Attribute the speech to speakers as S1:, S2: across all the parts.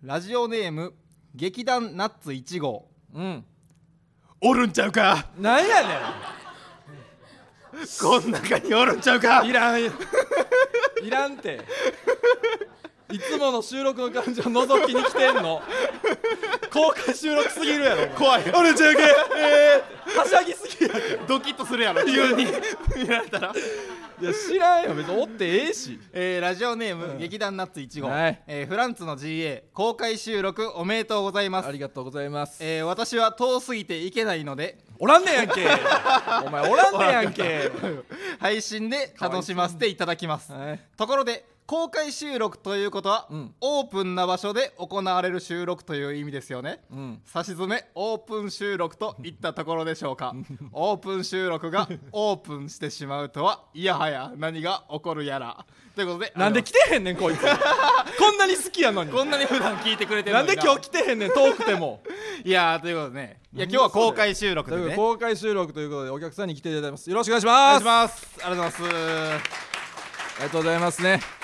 S1: ラジオネーム劇団ナッツ1号
S2: うん
S3: おるんちゃうか
S2: なんや
S3: こん中におるんちゃうか
S2: ねんいらんいらんていつもの収録の感じを覗きに来てんの公開収録すぎるやろお前
S3: 怖いおるんちゃうか
S2: はしゃぎすぎやろ
S3: ドキッとするやろ急に見られたら
S2: いや知らんよ別におってええし
S1: えーラジオネーム、劇団ナッツ1号、
S2: はい
S1: えーフランツの GA 公開収録おめでとうございます
S2: ありがとうございます
S1: えー私は遠すぎていけないので
S2: おらんねんやんけお前おらんねんやんけ
S1: 配信で楽しませていただきます
S2: はい
S1: ところで公開収録ということは、
S2: うん
S1: オープンな場所で行われる収録という意味ですよね、
S2: うん
S1: 差し詰めオープン収録といったところでしょうか オープン収録がオープンしてしまうとはいやはや何が起こるやらということで
S2: なんで来てへんねんこいつこんなに好きやのに
S1: こんなに普段聞いてくれてる
S2: な
S1: の
S2: ん
S1: に
S2: で今日来てへんねん遠くても
S1: いやーということでねいや今日は公開収録
S2: と
S1: で
S2: いうこと
S1: ね
S2: で公開収録ということでお客さんに来ていただきますよろしくお願いし
S1: お願
S2: ま
S1: い
S2: す
S1: しますありがとうございま
S2: ありがとうございますね
S1: す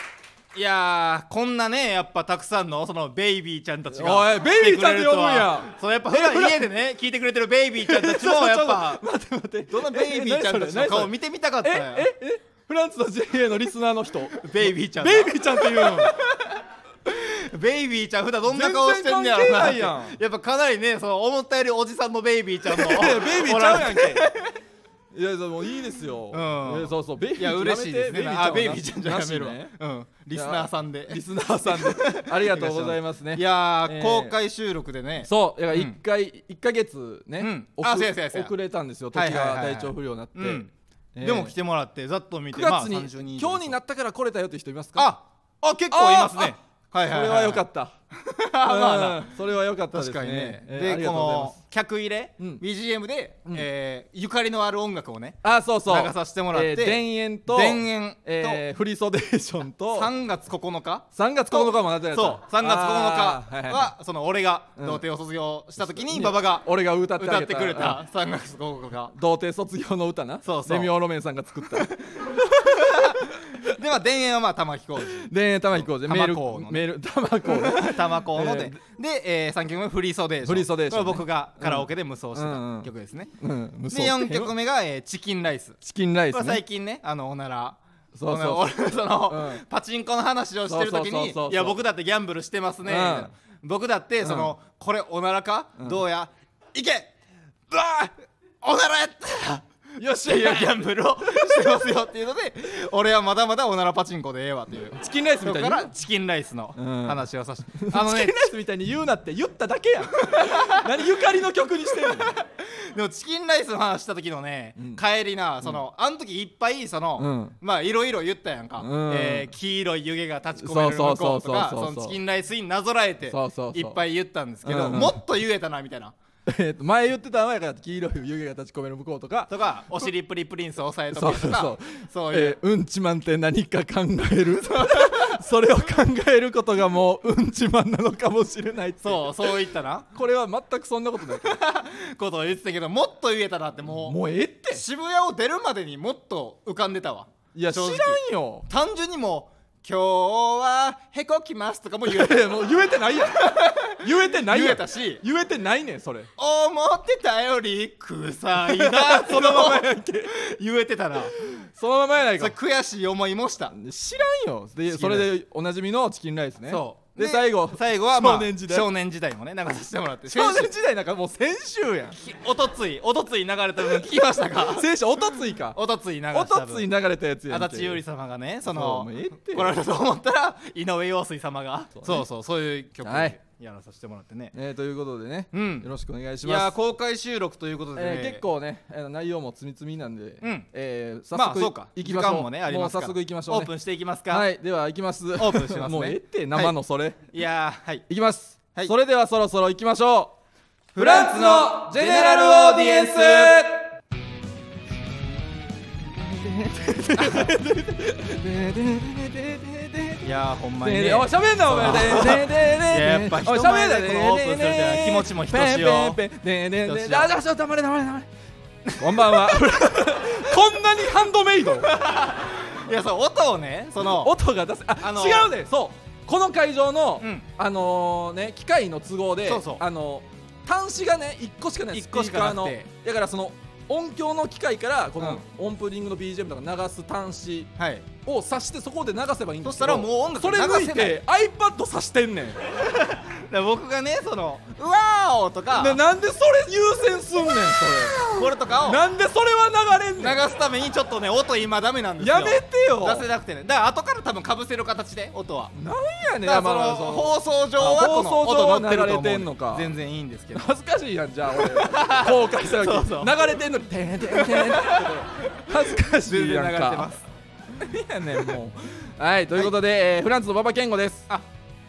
S1: いやーこんなねやっぱたくさんのそのベイビーちゃんたちが
S2: おいベイビーちゃんって呼ぶんや
S1: そうやっぱ普段家でね聞いてくれてるベイビーちゃんたちもやっぱ
S2: 待って待って
S1: どのベイビーちゃんたちの顔見てみたかった
S2: え
S1: よ
S2: ええフランスの JA のリスナーの人
S1: ベイビーちゃんだ
S2: ベイビーちゃんっていうの
S1: ベイビーちゃん普段どんな顔してんねやろ
S2: 全然
S1: な
S2: 関
S1: って
S2: 係
S1: や
S2: ない
S1: っぱかなりねその思ったよりおじさんのベイビーちゃんの
S2: ベイビーちゃうやんけいやでもいいですよ、
S1: うん
S2: えそうそうベイビー
S1: いや嬉しいですね
S2: やめて
S1: あベイビーちゃんじゃやめるわ、
S2: なしね
S1: うんリスナーさんで
S2: リスナーさ んでありがとうございますね
S1: いやー
S2: えー
S1: 公開収録でね
S2: そうだから
S1: うん
S2: 1回、一ヶ月ね、
S1: うん
S2: 遅
S1: あそうやそうやそうや
S2: 遅れたんですよ時
S1: はいはいはい
S2: が
S1: はい
S2: 体調不良になって、
S1: うん
S2: えー
S1: でも来てもらってざっと見
S2: 9
S1: てまあ
S2: 月に、
S1: 30人以上
S2: 今日になったから来れたよって人いますか
S1: ああ結構いますねはい
S2: それは良か
S1: っ
S2: った
S1: たま あな
S2: うんそれは良かったです
S1: 確
S2: ね
S1: かにね
S2: えーあり
S1: で
S2: が
S1: こと
S2: うございま
S1: の
S2: す
S1: 客入れ
S2: うん
S1: BGM でえーゆかりのある音楽をね
S2: あそうそう
S1: 流させてもらって
S2: えー田園と
S1: 田園と
S2: えー、フリーソデーションと
S1: 3月9日
S2: 3月9日もなってやつ
S1: そう3月9日
S2: あーいいい
S1: はその俺が
S2: うん
S1: 童貞を卒業した時に
S2: ね
S1: 馬場が
S2: 俺が歌って
S1: 歌
S2: あ
S1: っ
S2: げ
S1: てくれ た3月9日
S2: うん童貞卒業の歌な
S1: そうそう
S2: レミオロメンさんが作った
S1: でまあ田園はまあ玉置浩二
S2: 田園玉 行こうぜメ
S1: 玉
S2: ー
S1: 子
S2: ル
S1: のね
S2: メール玉子ね
S1: 玉置ので
S2: え
S1: でえ3曲目フリーソーデーション
S2: フリーソーデーションね
S1: これ僕がカラオケで無双して
S2: うんう
S1: た
S2: ん
S1: 曲ですね
S2: うん無
S1: で4曲目がえーチキンライス
S2: チキンライ
S1: こ
S2: ス
S1: れ
S2: ね
S1: 最近ねあのおなら
S2: そうそう
S1: おなら俺その、
S2: うん
S1: パチンコの話をしてる時
S2: そうそうそ
S1: に
S2: うそう
S1: いや僕だってギャンブルしてますね」
S2: う
S1: み
S2: ん
S1: たいな僕だってその、これおならか、どうやいけうわーおならやったらよっしゃいやギャンブルをしてますよっていうので 俺はまだまだおならパチンコでええわっていう
S2: チキンライス
S1: そ
S2: み
S1: こ
S2: たい
S1: か
S2: に
S1: らチキンライスの
S2: ん
S1: 話をさせて、あの
S2: チ
S1: ね
S2: キンライスみたいに言うなって言っただけやん 何ゆかりの曲にしてるの
S1: でもチキンライスの話した時のね、帰りなその、あの時いっぱいその、
S2: うん
S1: まあいろいろ言ったやんか、
S2: うん
S1: えー黄色い湯気が立ち込める
S2: そ
S1: 向
S2: うそ
S1: こう
S2: う
S1: と
S2: そうそう
S1: か
S2: そうそう
S1: そのチキンライスになぞらえて
S2: そうそうそう
S1: いっぱい言ったんですけど、
S2: うんうん
S1: もっと言えたなみたいな
S2: えーと前言ってた前から黄色い湯気が立ち込める向こうとか
S1: と かお尻プリプリンス押さえと
S2: そう
S1: くと
S2: そう
S1: か
S2: そう
S1: そういう、
S2: えーうんちマンって何か考える それを考えることがもううんちマンなのかもしれないっていう
S1: そうそういったな
S2: これは全くそんなことないから
S1: ことを言ってたけどもっと言えたなって もう
S2: もうええって
S1: 渋谷を出るまでにもっと浮かんでたわ
S2: いや知
S1: 正
S2: ら
S1: 直
S2: んよ
S1: 単純にもう「今日はへこきます」とかも言えた
S2: いや もう言えて ないやん 言えてないやん
S1: 言えたし
S2: 言えてないねんそれ
S1: 思ってたより臭い なそのままやけ言えてたら
S2: そのままやない
S1: そ
S2: か
S1: れ悔しい思いもした
S2: 知らんよでそれでおなじみのチキンライスね
S1: そう
S2: で最後
S1: 最後は、まあ、
S2: 少年時代
S1: 少年時代もね流させてもらって
S2: 少年
S1: 先週
S2: 時代なんかもう先週やん
S1: きおとついおとつい流れた分聞きましたか
S2: 先 週おとついか
S1: おとつい流した分
S2: おとつい流れたやつやんけ
S1: 足立ゆり様がねそ
S2: そう
S1: の
S2: もうええって
S1: 来られたと思ったら井上陽水様がそう,、そうそういう曲
S2: は
S1: で
S2: い
S1: やらさせてもらってね、
S2: えーということでね、
S1: うん
S2: よろしくお願いし
S1: いや
S2: ま
S1: ー
S2: す。
S1: 公開収録ということで、ね
S2: えー結構ね、えー内容も積み積みなんで、
S1: うん
S2: えー早速、
S1: まあそうか
S2: 行きましょう
S1: 時間もねありますから
S2: もう早速行きましょう、ね、
S1: オープンしていきますか、、
S2: はいい、では行きます。オ
S1: ープンしますね
S2: もうええって、生のそれ。い、
S1: やーはい
S2: きます、
S1: はい
S2: それではそろそろ行きましょう。フ
S1: ランスのジェネラルオーディエンスいやーほんまにね
S2: おい喋んなお前
S1: ややっぱ人前でこのオープンするってのは気持ちもひとしお
S2: よ
S1: ひとしお
S2: あじゃあちょっと黙れ黙れ黙れこんばんは こんなにハンドメイド
S1: いやそう音をねその
S2: 音が出せあ、
S1: あの
S2: 違うねそうこの会場の、
S1: うん
S2: あのね機械の都合で
S1: そうそう
S2: あの端子がね1個しかない
S1: 一個しかなくて
S2: スピーカーのだからその音響の機械からこの、オンプリングの BGM とか流す端子
S1: はい
S2: を挿してそこで流せばいいんで
S1: そ
S2: す
S1: し
S2: け
S1: た
S2: ど
S1: らもう音楽
S2: そ
S1: 流
S2: れ
S1: せない
S2: 抜いて iPad 挿してんねん
S1: だから僕がねその「うわーお!」とか
S2: でなんでそれ優先すんねんそれ
S1: これとかを
S2: なんでそれは流れんねん
S1: 流すためにちょっとね音今ダメなんですよ
S2: やめてよ
S1: 出せなくてねだから後から多分かぶせる形で音は
S2: なんやねん
S1: だから
S2: まあま
S1: そ
S2: あそ
S1: の
S2: の
S1: 放送上はこの
S2: 放送上は
S1: 音乗ってると思う
S2: 流れてんのか
S1: 全然いいんですけど
S2: 恥ずかしいやんじゃあ俺 後悔した時
S1: そうそう
S2: 流れてんのに「てんてんてん」ってこれ恥ずかし
S1: 全
S2: い
S1: 然
S2: やん
S1: 流れてま
S2: か
S1: す
S2: いやねんもうはいということで、えーフランスの馬場健吾ですあ、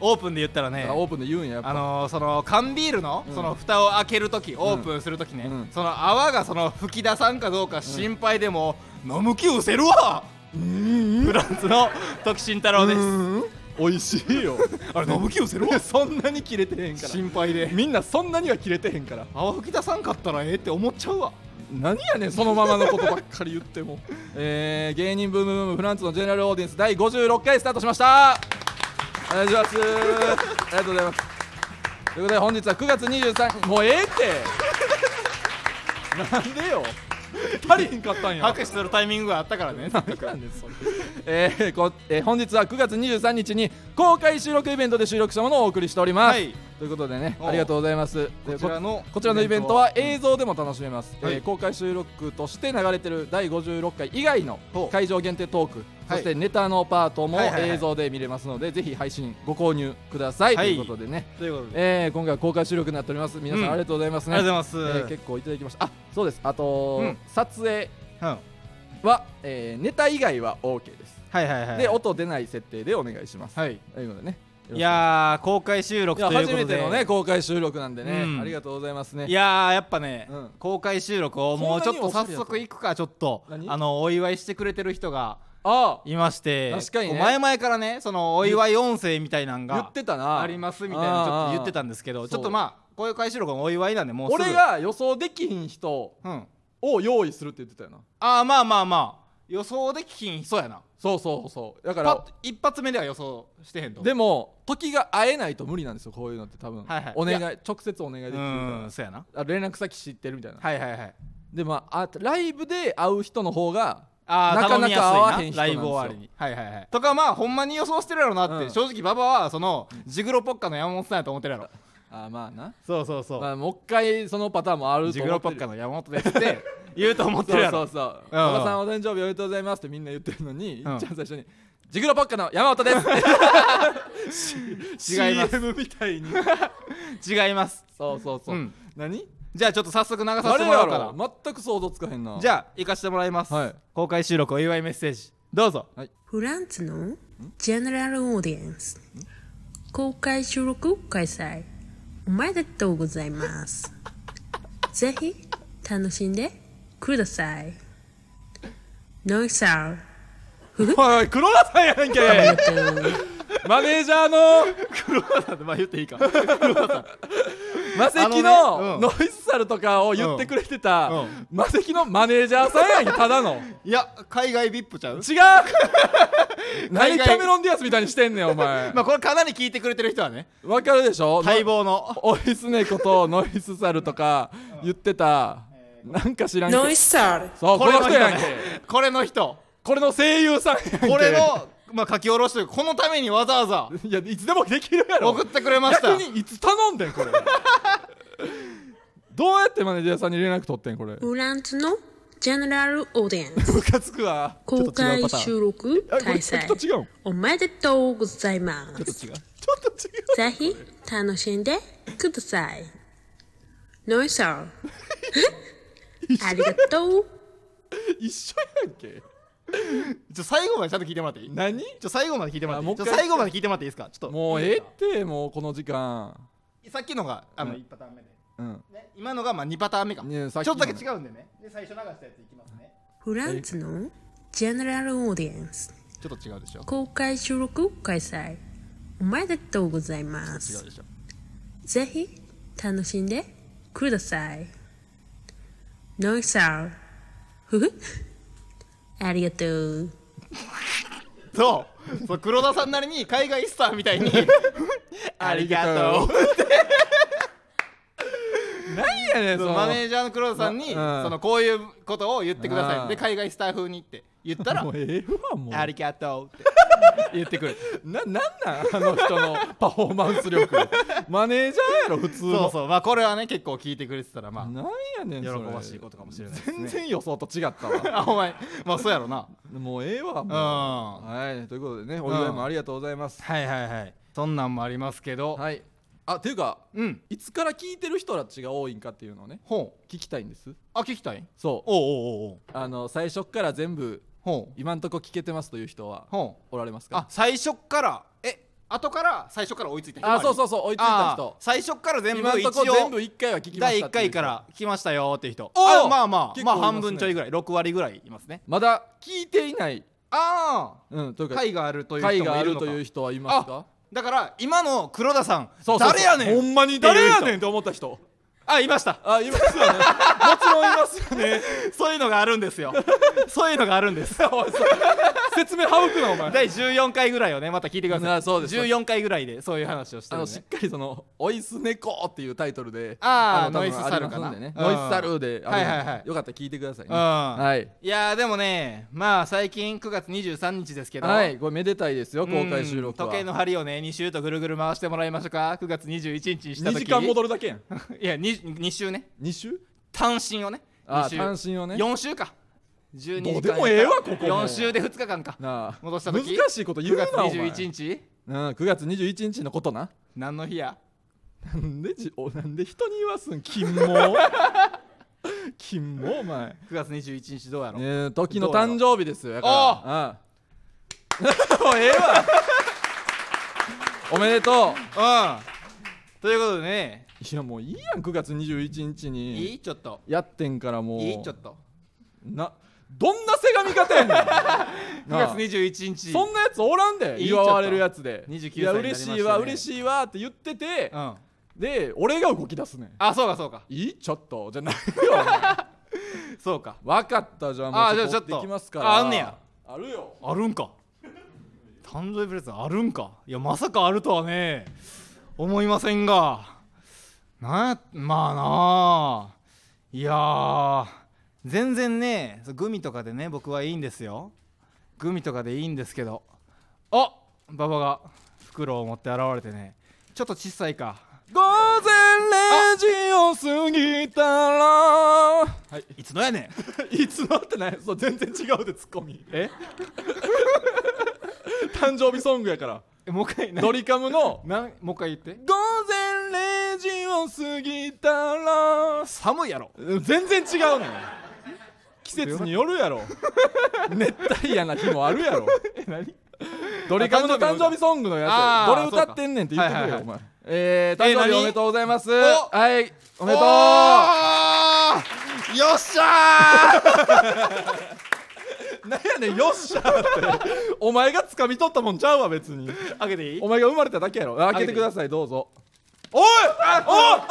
S1: オープンで言ったらね
S2: オープンで言うんややっぱ
S1: あのー、その缶ビールの
S2: うん
S1: その蓋を開けるときオープンするときね、
S2: うん
S1: その泡がその吹き出さんかどうか心配でも、飲む気うせるわフランスの時慎太郎です、
S2: 美味しい よ
S1: あれ飲む気うせるわ
S2: そんなに切れてへんから
S1: 心配で
S2: みんなそんなには切れてへんから
S1: 泡吹き出さんかったらええって思っちゃうわ
S2: 何やねんそのままのことばっかり言っ てもえー、芸人ブームブームフランツのジェネラルオーディエンス第56回スタートしましたお願いしますありがとうございますということで本日は9月23日もうええ ってなんでよ足りへんかったんや
S1: 拍手するタイミングがあったからね
S2: なんでそれえーこえー本日は9月23日に公開収録イベントで収録したものをお送りしております、
S1: はい
S2: ということでね
S1: おう
S2: ありがとうございます
S1: こちらの
S2: こちらのイベントは映像でも楽しめます、
S1: はい
S2: えー公開収録として流れてる第56回以外の
S1: ほう
S2: 会場限定トークそ
S1: はい
S2: してネタのパートも
S1: はいはいはい
S2: 映像で見れますので、ぜひ配信ご購入ください、
S1: はい
S2: ということでね、
S1: ということで、
S2: えー今回は公開収録になっております皆さん
S1: うん
S2: ありがとうございますね、
S1: ありがとうござい
S2: え
S1: ま
S2: ー
S1: す、
S2: 結構いただきましたあそうですあと、
S1: うん
S2: 撮影
S1: うん
S2: は、えーネタ以外は OK です
S1: はいはいはい
S2: で音出ない設定でお願いします。
S1: はい
S2: ということでね。
S1: いやー公開収録
S2: い
S1: とい
S2: や
S1: うこと
S2: 初
S1: で
S2: めてのね公開収録なんでね、
S1: うん
S2: ありがとうございますね。
S1: いやーやっぱね、
S2: うん
S1: 公開収録をもうちょっと
S2: そんな
S1: 早
S2: におしゃれやった
S1: 速行くかちょっと
S2: 何
S1: あのお祝いしてくれてる人が
S2: ああ
S1: いまして
S2: 確かに
S1: こ
S2: ね
S1: う前々からねそのお祝い音声みたいなん
S2: 言
S1: が
S2: ってたな。
S1: ありますみたいなのちょっと言ってたんですけ
S2: あ
S1: ど
S2: ー
S1: ちょっとまあ公開収録のお祝いなんでもうすぐ
S2: 俺が予想できひん人
S1: うん
S2: を用意するって言ってたよな。
S1: ああまあまあまあ予想できひんそうやな
S2: そうそうそう。だか
S1: パ
S2: ら
S1: ッ一発目では予想してへんと
S2: でも時が会えないと無理なんですよこういうのって多分、
S1: はいはい
S2: お願い
S1: い
S2: 直接お願い
S1: う
S2: できるから
S1: んそうやな
S2: あ連絡先知ってるみたいな。
S1: はいはいはい
S2: でまああライブで会う人の方が
S1: あー
S2: なか
S1: 頼
S2: なか
S1: みやすいな
S2: 合わへん人な
S1: ラ
S2: んですよ
S1: イブ終わりにはいはいはいとかまあほんまに予想してるやろなって、
S2: うん
S1: 正直馬場はそのジグロポッカの山本さんやと思ってるやろ
S2: あーまあな。
S1: そうそうそ
S2: まあもう一回そのパターンもあると
S1: ジグ
S2: 思ってる
S1: ロポッカの山本ですって 言うと思って
S2: そ
S1: る
S2: う
S1: や
S2: そ
S1: ろ
S2: うそう「
S1: うん
S2: 馬場さんお誕生日おめでとうございます」ってみんな言ってるのに、
S1: うん
S2: いっちゃん最初に「ジグロポッカの山本です」
S1: 違います
S2: CM みたいに
S1: 違います
S2: そうそうそう、
S1: うん
S2: 何
S1: じゃあちょっと早速流させ
S2: あ
S1: て
S2: れ
S1: もら
S2: や
S1: おうか
S2: ろ全く想像つかへんな
S1: なじゃあ行かせてもらいます、
S2: はい
S1: 公開収録お祝いメッセージどうぞ
S4: フランスのジェネラルオーディエンス公開収録開催おめでとうございますぜひ楽しんでくださいノイサー
S2: おい黒田さんやん
S4: おめ
S2: け
S4: でとう
S2: マネージャーの
S1: まあ言っていいか
S2: マセキ
S1: あのね
S2: のノイズサルとかを言ってくれてた、
S1: うんう
S2: マセキのマネージャーさんやんけただの
S1: いや海外 VIP ちゃう
S2: 違う 何キャメロン・ディアスみたいにしてんねんお前
S1: まあこれかなり聞いてくれてる人はね
S2: わかるでしょ
S1: 待望の
S2: オイス猫とノイスサルとか言ってた、なんか知らんけど
S4: ノイサー
S2: そうこの人
S1: 人
S2: やんけ
S1: ねこれの人
S2: これの声優さんやんけ
S1: これの、まあ、書き下ろしというかこのためにわざわざ
S2: いやいつでもできるやろ
S1: 送ってくれました
S2: 逆にいつ頼んでんこれどうやってマネージャーさんに連絡取ってんこれ
S4: フランスのジェネラルオーディエンス
S2: ムカつくわちょっと違
S4: 公
S2: う
S4: 開
S2: パターン
S4: 収録
S2: あこ
S4: 開
S2: れちょっと
S4: 催
S2: 違うん
S4: おめでとうございます
S2: ちょっと違う
S4: ぜひ楽しんでください。ノイさん。ありがとう。
S2: 一緒やんけ
S1: ちょ最後までちゃんと聞いてもらっていいち
S2: 何
S1: ょ最後まで聞いてもらってい
S2: あもう
S1: い
S2: 一
S1: ちょ
S2: 回
S1: 最後まで聞いてもらっていいですかちょっと
S2: もうええってもうこの時間
S1: さっきのがあの、
S2: うん
S1: 一パターン目で、
S2: うん
S1: ね、今のがまあ2パターン目か、
S2: ね
S1: ち
S2: さ
S1: ょっ
S2: っきの
S1: とだけ違うんでねで最初流したやついきますね
S4: フランスのジェネラルオーディエンス
S1: ちょっと違うでしょ
S4: 公開収録開催おめでとうございま
S1: 違う
S4: す。
S1: でしょ
S4: ぜひ楽しんでください。ノイさん。ふふ。ありがとう。
S1: そうそう黒田さんなりに海外スターみたい にありがとう
S2: 何やねんそ
S1: そう
S2: の
S1: マネージャーの黒田さんに、
S2: なうん
S1: そのこういうことを言ってくだ
S2: う
S1: さ
S2: ん
S1: いで海外スター風にって言ったら
S2: もうええわもう
S1: ありがとうって言ってくる
S2: ななんなんあの人の パフォーマンス力マネージャーやろ普通の
S1: そうそうまあこれはね結構聞いてくれてたらま
S2: なんやね
S1: あ
S2: ん
S1: 喜
S2: それ
S1: ばしいことかもしれない
S2: 全然予想と違ったわ
S1: あお前まあそうやろな
S2: もうええわ
S1: うん
S2: もう
S1: は
S2: はいということでねお祝いもありがとうございます
S1: いはいはいそんなんもありますけど、
S2: はいあっていうか
S1: うん
S2: いつから聞いてる人たちが多いんかっていうのをね
S1: ほう
S2: 聞きたいんです
S1: あ聞きたい
S2: そう
S1: おうおうおうおう
S2: あの最初っから全部
S1: ほう
S2: 今んとこ聞けてますという人は
S1: ほう
S2: おられます
S1: あ
S2: か
S1: 最初っからえ後から最初から追いついた人
S2: あそう
S1: う
S2: そうそう追いついた人
S1: 最初っから全部
S2: 今ん
S1: 一
S2: とこ
S1: 応
S2: 全部1回は聞きま
S1: 第
S2: した
S1: 1
S2: っていう
S1: 回
S2: 人
S1: から来ましたよーっていう人
S2: おー
S1: あまあまあ
S2: 結構
S1: ま
S2: い
S1: あ
S2: ま
S1: 半
S2: すね
S1: 分ちょいぐらい6割ぐらいいますね
S2: まだ聞いていない
S1: あ
S2: うんという
S1: あ
S2: か
S1: 会があるという
S2: 会
S1: 人
S2: が
S1: も
S2: あ
S1: いる
S2: る
S1: の
S2: と
S1: か
S2: いう人はいますか
S1: だから今の黒田さん
S2: そうそうそう
S1: 誰やねん
S2: ほんまに誰やねんって思った人
S1: あいました
S2: あいます よねもちろんいますよね
S1: そういうのがあるん ですよそういうのがあるんです
S2: おいそう説明省くなお前
S1: 第14回ぐらいをねまた聞いてくださ
S2: あ
S1: い
S2: そうです
S1: 14回ぐらいでそういう話をして
S2: あ
S1: る
S2: の
S1: ね
S2: しっかりその「おいす猫」っていうタイトルで
S1: あー
S2: あの多分
S1: ノイスサルかな
S2: ありますんでね
S1: うん
S2: ノイスサルであるんで
S1: はいはいはい
S2: よかったら聞いてくださいね
S1: うん
S2: はい
S1: いやーでもねまあ最近9月23日ですけど
S2: はいこれめでたいですよ
S1: うん
S2: 公開収録は
S1: 時計の針をね2週とぐるぐる回してもらいましょうか9月21日にした
S2: 2
S1: 時
S2: 時間戻るだけやん
S1: いや 2, 2週ね
S2: 2週
S1: 単身をね
S2: あ
S1: 2
S2: ー
S1: 週
S2: 単身をね
S1: 4週か12
S2: どう
S1: 時間
S2: でもええわここも
S1: 4週で2日間か
S2: なあ
S1: 戻した時
S2: 難しいこと言うなお前
S1: 9月21日
S2: うん9月21日のことな
S1: 何の日や
S2: なんでじおなんで人に言わすん金も 金もお前ね
S1: 9月21日どうやろ、
S2: え時の誕生日ですよだからうん もうええわおめでとう
S1: うんということでね
S2: いやもういいやん9月21日
S1: い
S2: に
S1: いちょっと
S2: やってんからもう
S1: いいちょっと
S2: などんなせがみ方 やねん
S1: 9月
S2: なあ
S1: 21日
S2: そんなやつおらんで
S1: いいちょっ
S2: 祝
S1: と
S2: われるやつで
S1: 29
S2: い
S1: 歳になりま
S2: や嬉
S1: したね
S2: しいわ嬉しいわって言ってて
S1: うん
S2: で俺が動き出すねん
S1: あそうかそうか
S2: いいちょっとじゃないよ
S1: そうか
S2: 分かったじゃあもう
S1: あ
S2: ちょっ
S1: じゃあ
S2: と追ってきますから
S1: ああんねや
S2: あるよ
S1: あるんか誕生日プレゼントあるんかいやまさかあるとはね思いませんがなんやまあなあいやー全然ねそうグミとかでね僕はいいんですよグミとかでいいんですけどあ馬場が袋を持って現れてねちょっと小さいか
S2: 午前0時を過ぎたら
S1: いつのやねん
S2: いつのってないそう全然違うでツッコミ
S1: え
S2: 誕生日ソングやから
S1: えもう一回な
S2: ドリカムの
S1: なんもう一回言って
S2: 午前0時を過ぎたら
S1: 寒いやろ
S2: 全然違うねん季節によるやろ 熱帯夜な日もあるや ろ
S1: 何
S2: ドリカムの誕生日ソングのや
S1: あ
S2: つ
S1: ー
S2: どれ歌ってんねんって言ってくれよ
S1: そう
S2: お
S1: か
S2: 前えー
S1: えー
S2: 誕生日
S1: 何
S2: おめでとうございます
S1: お
S2: はいおめでとう
S1: よっしゃー
S2: なんやねんよっしゃーってお前が掴み取ったもんちゃうわ別に
S1: 開けていい
S2: お前が生まれただけやろ開けてくださいどうぞ
S1: おいあ
S2: おあ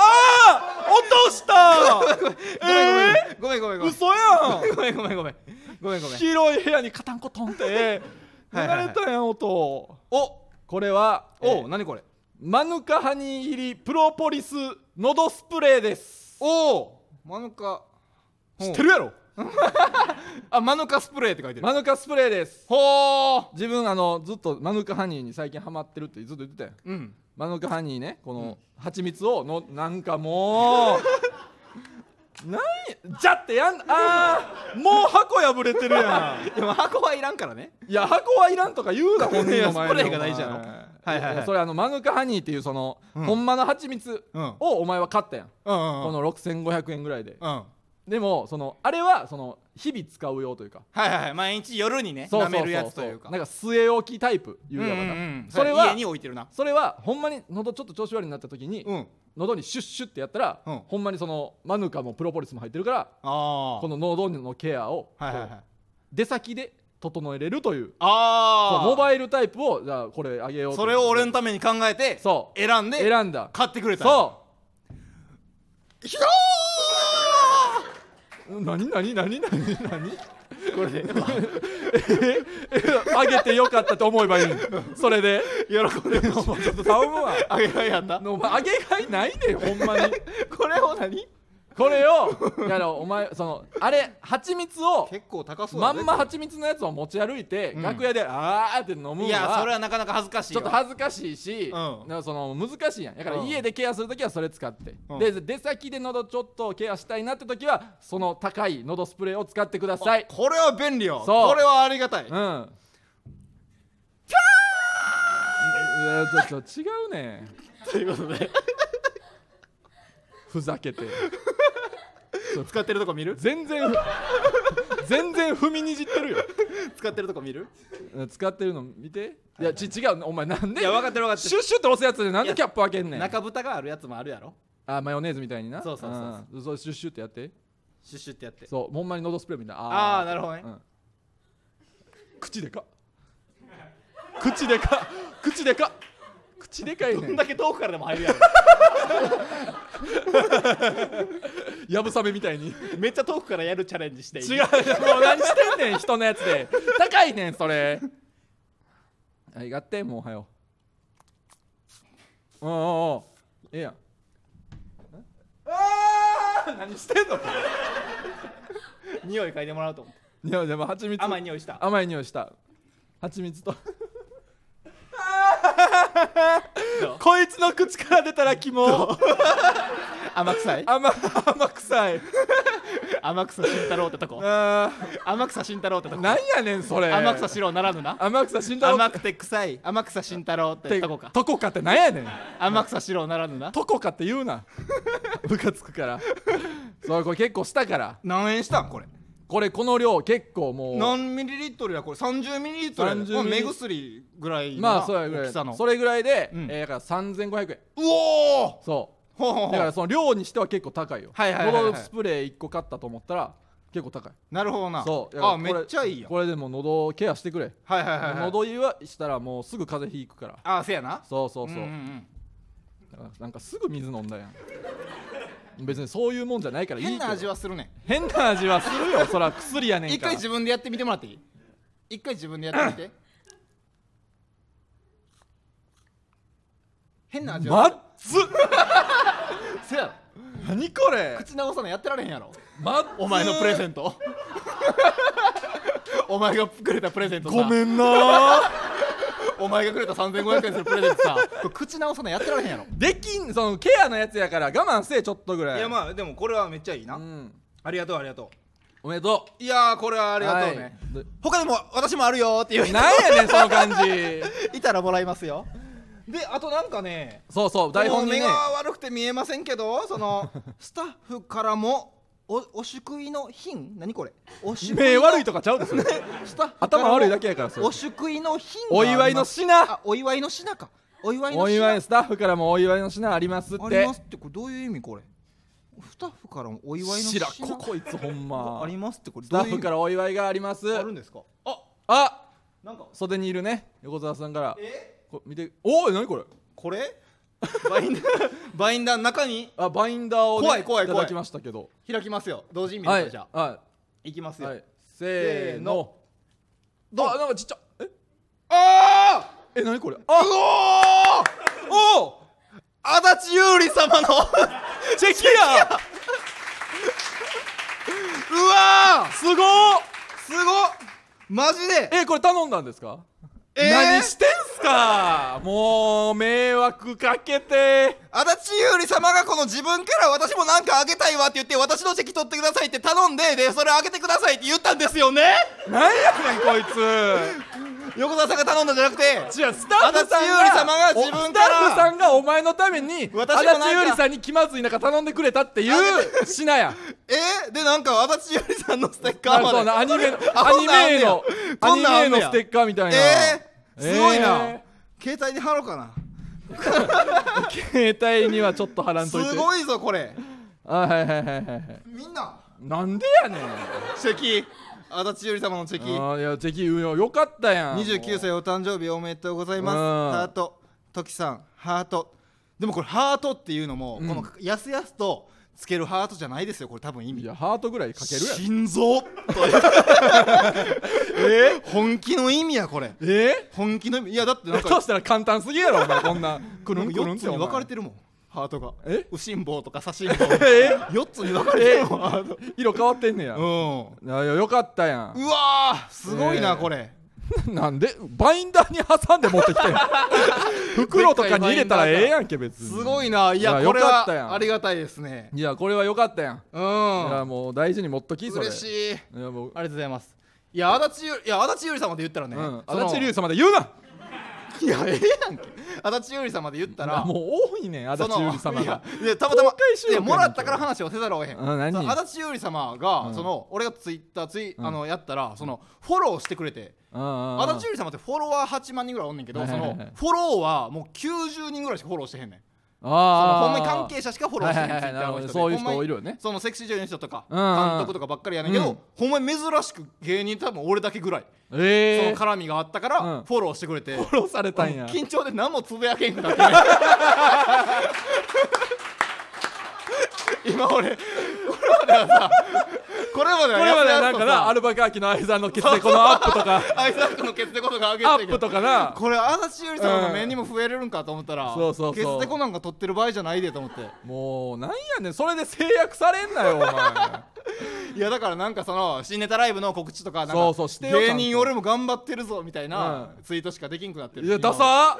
S2: ー落とした
S1: ごめんごめんごめん
S2: 嘘やん
S1: ごめんごめんごめんごめんごめん
S2: 広い部屋にカタンコトンって流
S1: はいはいはい
S2: れたやん音
S1: お
S2: これはえ
S1: お
S2: ー
S1: う何これ
S2: マヌカハニー入りプロポリスのどスプレーです
S1: おおマヌカ
S2: 知
S1: 知
S2: ってるやろ
S1: あマヌカスプレーって書いてる
S2: マヌカスプレーです
S1: ほー
S2: 自分あのずっとマヌカハニーに最近ハマってるってずっと言ってたやん
S1: うん
S2: マヌカハニーねこの蜂蜜をのなんかもう なんやじゃってやんあーもう箱破れてるやん
S1: でも箱はいらんからね
S2: いや箱はいらんとか言うな本人の前
S1: い
S2: で
S1: やスプレーが大事やろ
S2: お前
S1: はいはいはい
S2: やそれあのマヌカハニーっていうその、
S1: ん
S2: ほんまの蜂蜜
S1: うん
S2: をお前は買ったやん、
S1: うん
S2: この6500円ぐらいで
S1: うんは
S2: でもそのあれはその日々使う用というか
S1: いはいはい毎日夜にね
S2: そう
S1: 舐
S2: そうそう
S1: めるやつというか
S2: なんか据え置きタイプいう
S1: うん
S2: や
S1: う
S2: ろ
S1: ん
S2: な、
S1: うん
S2: それ
S1: 家
S2: は
S1: に置いてるな
S2: それはほんまに喉ちょっと調子悪いなった時に、
S1: うん
S2: 喉にシュッシュッってやったら、
S1: うん
S2: ほんまにそのマヌカもプロポリスも入ってるから
S1: あ
S2: この喉のケアを、
S1: はいはいは
S2: こ
S1: いう
S2: 出先で整えれるという
S1: あ
S2: そう
S1: あ
S2: モバイルタイプをじゃあこれあげようと
S1: それを俺のために考えて
S2: そう
S1: 選んで
S2: 選んだ
S1: 買ってくれた
S2: そう何何何何何
S1: これで
S2: あげてよかったと思えばいいのそ れで
S5: 喜んで ほしい
S2: ちょっと頼むわ
S5: あげがいやん な
S2: お前あげがいないでほんまに
S5: これを何
S2: これをやろお前そのあれ蜂蜜を
S5: 結構高そう
S2: ま
S5: だ
S2: ん
S5: ね
S2: ま蜂蜜のやつを持ち歩いて、
S5: ん
S2: 楽屋であーって飲むの
S5: いやそれ
S2: は
S5: はなかなか恥ずかしい
S2: ちょ
S5: わ
S2: っと恥ずかしいし、
S5: うん
S2: なんかその難しいやんだから
S5: うん
S2: 家でケアするときはそれ使って、
S5: うん
S2: で出先で喉ちょっとケアしたいなってときはその高い喉スプレーを使ってください
S5: これは便利よ
S2: そう
S5: これはありがたい
S2: うんうんいやちょっと違うね
S1: ということで
S2: ふざけて
S5: 使ってるとこ見る
S2: 全然 ふ全然踏みにじってるよ
S5: 使ってるとこ見る
S2: 使ってるの見ていやち違うお前なんで
S5: いや分かってる分かって
S2: シ
S5: る
S2: ュッシュって押すやつでなんでキャップ開けんねん
S5: 中蓋があるやつもあるやろ
S2: あマヨネーズみたいにな
S5: そうそうそう
S2: うんそうシュッシュってやって
S5: シュッシュってやって
S2: そうほんまに喉スプレーみたいな
S5: ああ
S2: ー
S5: なるほどね
S2: うん口でかっ口でかっ口でかっ口でかいね
S5: こん
S2: ん
S5: だけ遠くからでも入るやろ
S2: やぶさめみたいに
S5: めっちゃ遠くからやるチャレンジしていい
S2: 違うもう何してんねん人のやつで高いねんそれありがってもうおはようおうおうおうええやんん あー何してんのこれ
S5: 匂い嗅いでもらおうと思って
S2: いやでも蜂蜜
S5: 甘い匂い した
S2: 甘い匂いした蜂蜜と
S5: どう
S2: こいつの口から出たらキモ
S5: 甘臭 い
S2: 甘甘臭い
S5: 天草慎太郎ってとこ
S2: あ
S5: 天草慎太郎ってと
S2: ー
S5: こ
S2: なんやねんそれ
S5: 天草四郎ならぬな
S2: 天草死んだろっ
S5: 甘くて臭い天草慎太郎っててとこか
S2: とこかってなんやねん
S5: 天草四郎ならぬな
S2: とこかって言 うなムカつくからそうこれ結構したから
S5: 何円したんこれ
S2: これこの量結構もう
S5: 何ミリリットルやこれ30ミリリットルや
S2: 30
S5: でもう
S2: ミリ
S5: 目薬ぐらいのな
S2: まあそうやぐら
S5: 大きさ
S2: い
S5: の
S2: それぐらいで、
S5: うん
S2: えーだから3500円
S5: うおー
S2: そう
S5: ほうほうほう
S2: だからその量にしては結構高いよ。
S5: はいはいはいはい
S2: 喉スプレー1個買ったと思ったら結構高い。
S5: なるほどな
S2: そう。だから
S5: あめ
S2: これ
S5: っちゃいいやん
S2: これでもう喉ケアしてくれ。
S5: はいはいはい、はい、
S2: 喉湯はしたらもうすぐ風邪ひくから。
S5: あせやな
S2: そうそうそう。
S5: んん
S2: だからなんかすぐ水飲んだやん。別にそういうもんじゃないか
S5: う
S2: ら
S5: ん
S2: いいけど
S5: 変な味はするね
S2: 変な味はするよそら薬やねんから
S5: 一回自分でやってみてもらっていい一回自分でやってみて変な味
S2: ま
S5: は
S2: っつ
S5: せやろ
S2: 何これ
S5: 口直さないやってられへんやろ
S2: まっ
S5: お前のプレゼ
S2: ン
S5: ン トお前がくれたプレゼントさ
S2: ごめんな
S5: お前がくれた3500円するプレゼントさこれ口直さないやってられへんやろ
S2: できんそのケアのやつやから我慢せえちょっとぐらい
S5: いやまあでもこれはめっちゃいいな、
S2: うん
S5: ありがとうありがと
S2: おめでと
S5: ういやーこれはあ
S2: う
S5: りがとうね、
S2: はい
S5: 他にも私もあるよーっていう人
S2: なんやねんその感じ
S5: いたらもらいますよであとなんかね
S2: そうそう台本にね
S5: この目が悪くて見えませんけどそ のスタッフからもおお祝いの品何これお祝
S2: 目
S5: の
S2: 悪いとかちゃうでそれ
S5: スタッフからも
S2: 頭悪いだけやからそれ
S5: お祝いの品が
S2: お
S5: あります
S2: 祝いの品
S5: あお祝いの品かお祝いの品
S2: お祝いスタッフからもお祝いの品ありますっ
S5: あり
S2: て
S5: ますってこれどういう意味これスタッフからもお祝いの品
S2: しらここいつほんま
S5: ありますってこれ
S2: ス
S5: ど
S2: タ
S5: う
S2: ッ
S5: いう意
S2: フ
S5: 味
S2: からお祝いがあります
S5: あるんですかあ
S2: あ
S5: なんか
S2: 袖にいるね横澤さんから
S5: え
S2: こ見ておお何これ
S5: これバインダー バインダー中に
S2: あバインダーを、ね、
S5: 怖い怖い怖い
S2: ただきましたけど
S5: 開きますよ同時に見
S2: は
S5: る
S2: い
S5: じゃあ
S2: はい
S5: きます
S2: い、
S5: よ、
S2: はい、せーの
S5: どう
S2: あなんかちっちゃえ
S5: ああ
S2: え何これあ
S5: おお
S2: おお
S5: 足立優里様の う
S2: チェキや
S5: わー
S2: すごっ
S5: すごっマジで
S2: えこれ頼んだんですか
S5: えー
S2: 何してんすかもう迷惑かけて
S5: 足立優里様がこの自分から私もなんかあげたいわって言って私の席取ってくださいって頼んででそれあげてくださいって言ったんですよね
S2: なんやねんこい つ
S5: 横澤さんが頼んだんじゃなくて
S2: 違うスタッフさんが
S5: 足立優里様が自
S2: おス
S5: 分
S2: タ
S5: から
S2: ッフさんがお前のために足
S5: 私もなんか
S2: 立ゆりさんに気まずい中頼んでくれたっていう品や
S5: えー、でなんか足立優里さんのステッカ
S2: な
S5: ー
S2: ん
S5: ま
S2: か
S5: で
S2: そうなアニメの
S5: あ
S2: ア
S5: こ
S2: ニ
S5: んなんあん
S2: メ
S5: ねや
S2: のア
S5: こんなんあ
S2: ニ
S5: んね
S2: メの
S5: や
S2: ステッカーみたいな
S5: えー、すごいな、
S2: え
S5: 携帯に貼ろうかな
S2: ー携帯にはちょっと貼らん
S5: す
S2: といて
S5: ごいぞこれ
S2: あはいはいはいはいはい
S5: みんな
S2: なんでやねん
S5: チェキ足立優里様のチェキ
S2: あーいやチェキ言うよよかったやん
S5: 29歳お誕生日おめでとうございます
S2: うん
S5: ハートトキさんハートでもこれハートっていうのも、このやすやすとつけるハートじゃないですよこれ多分意
S2: い
S5: 味
S2: やハートぐらいかけるやろ
S5: 心臓と え本気の意味やこれ
S2: え
S5: 本気の意味いやだってなん
S2: そ
S5: か
S2: うしたら簡単すぎやろお前こん なくるんくるん
S5: 4
S2: っ
S5: つ
S2: て
S5: に
S2: お
S5: 分か
S2: 前
S5: れてるもんハートが
S2: え
S5: 右心房とか左心房 4つに分かれてるもんハート
S2: 色変わってんねや、
S5: う
S2: いやいやよかったやん
S5: んうわーすごい
S2: え
S5: な
S2: え
S5: これ
S2: なんでバインダーに挟んで持ってき てんの袋とかに入れたらええやんけ別に
S5: すごいないや
S2: いや
S5: これ
S2: よかったやん
S5: はありがたいですね
S2: いやこれはよかったやん、
S5: う
S2: い
S5: ん
S2: やもう大事に持っときそれ
S5: 嬉しいあ
S2: いやもう、
S5: りがとうございますいや足立ゆいや足立ゆりさんまで言ったらね
S2: うん、
S5: その
S2: 足立龍様で言うない
S5: やええやんけ足立ゆりさんまで言った
S2: いや
S5: ら
S2: もう多いねん足
S5: そ
S2: 立
S5: の
S2: ゆり様
S5: いや
S2: が
S5: いやたまたま
S2: 収録
S5: い
S2: や
S5: や
S2: ん
S5: もらったから話をせざるをえへん
S2: あ何
S5: その足立ゆり様が、
S2: うん
S5: その俺がツイッターツイ、あのやったらそのフォローしてくれて、
S2: 足
S5: 足立ゆり様ってフォロワー8万人ぐらいおんねんけど、
S2: はいはいはい
S5: そのフォローはもう90人ぐらいしかフォローしてへんねんその
S2: あ
S5: ほんまに関係者しかフォローしてへん
S2: はいはいは
S5: Twitter の
S2: い
S5: 人で
S2: そういう人
S5: ほんまに
S2: いるよね
S5: そのセクシー女優の人とか
S2: うん
S5: 監
S2: うん
S5: 督とかばっかりやねんけど、
S2: うん
S5: ほんまに珍しく芸人多分俺だけぐらい、そ
S2: え
S5: の
S2: ー、
S5: 絡みがあったから、
S2: うん
S5: フォローしてくれて
S2: フォローされたんや
S5: 緊張で何もつぶやけんくなって今俺これまではさこれまでは
S2: これまでな
S5: や
S2: ん
S5: すやすと
S2: か
S5: さ
S2: なアルバカーキの愛さんのケツでこのアップとか
S5: アイザックのケツでことが上げて
S2: ア
S5: たけ
S2: ッ
S5: ど
S2: プとかな
S5: これ足立ゆりさんの目にも増えれるんかと思ったら、
S2: んそうそうそう
S5: ケツテコなんか取ってる場合じゃないでと思って
S2: もうなんやねんそれで制約されんなよお 前
S5: いやだからなんかその新ネタライブの告知とかなんか
S2: そうそうしてよちゃん
S5: 芸
S2: と
S5: 人俺も頑張ってるぞみたいな
S2: う
S5: ツイートしかできんくなってる
S2: いやダサ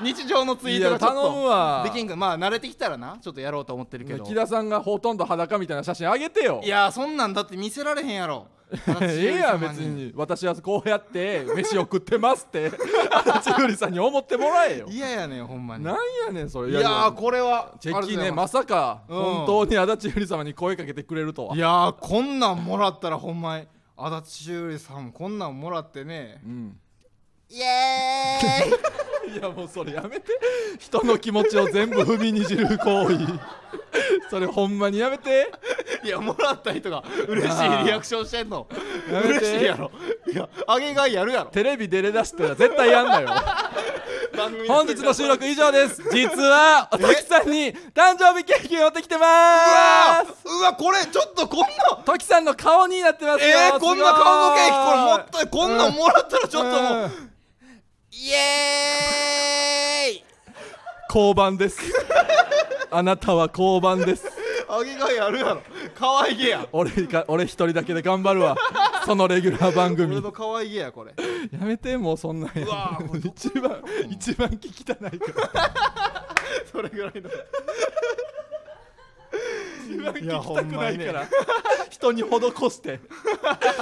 S5: 日常のツイートがちょっ
S2: いや頼むわ
S5: とできんくまあ慣れてきたらなちょっとやろうと思ってるけ
S2: ー
S5: ど
S2: 木田さんがほとんど裸みたいな写真あげてよ
S5: いやそんなんだって見せられへんやろ
S2: ええやん別に私はこうやって飯を食ってますって足立ゆりさんに思ってもらえよ
S5: 嫌やねんほんまに
S2: なんやねんそれ
S5: いやーこれは
S2: チェキね
S5: ま
S2: まさか
S5: うん
S2: 本当に足立ゆり様に声かけてくれるとはい
S5: やーこんなんもらったらほんまに足立修理さんもこんなんもらってね
S2: うん
S5: イエーイ
S2: いやもうそれやめて人の気持ちを全部踏みにじる行為それほんまにやめて
S5: いやもらった人が嬉しいリアクションしてんの
S2: やめて
S5: 嬉しいやろいやあげがいやるやろ
S2: テレビ出れだしたら絶対やん なよ
S5: 番組
S2: 本日の収録以上です実は時さんに誕生日ケーキ持ってきてま
S5: あ
S2: ーす
S5: ーうわこれちょっとこんな
S2: 時さんの顔になってますよ
S5: えー、こんな顔のケーキこれもっ
S2: す
S5: たいこんなんもらったらちょっ
S2: ごい
S5: ともう、
S2: うん
S5: イエーイ
S2: 交番ですあなたは交番です
S5: あげがいあるやろ可愛げや
S2: 俺が俺一人だけで頑張るわそのレギュラー番組
S5: 俺の可愛げやこれ
S2: やめてもうそんなんや
S5: うわーこれどこ
S2: 一番一番聞きたないから
S5: それぐらいの
S2: 一番
S5: いや
S2: 聞き
S5: ほ
S2: た
S5: ん
S2: く
S5: ま
S2: ない
S5: にね
S2: から人に施して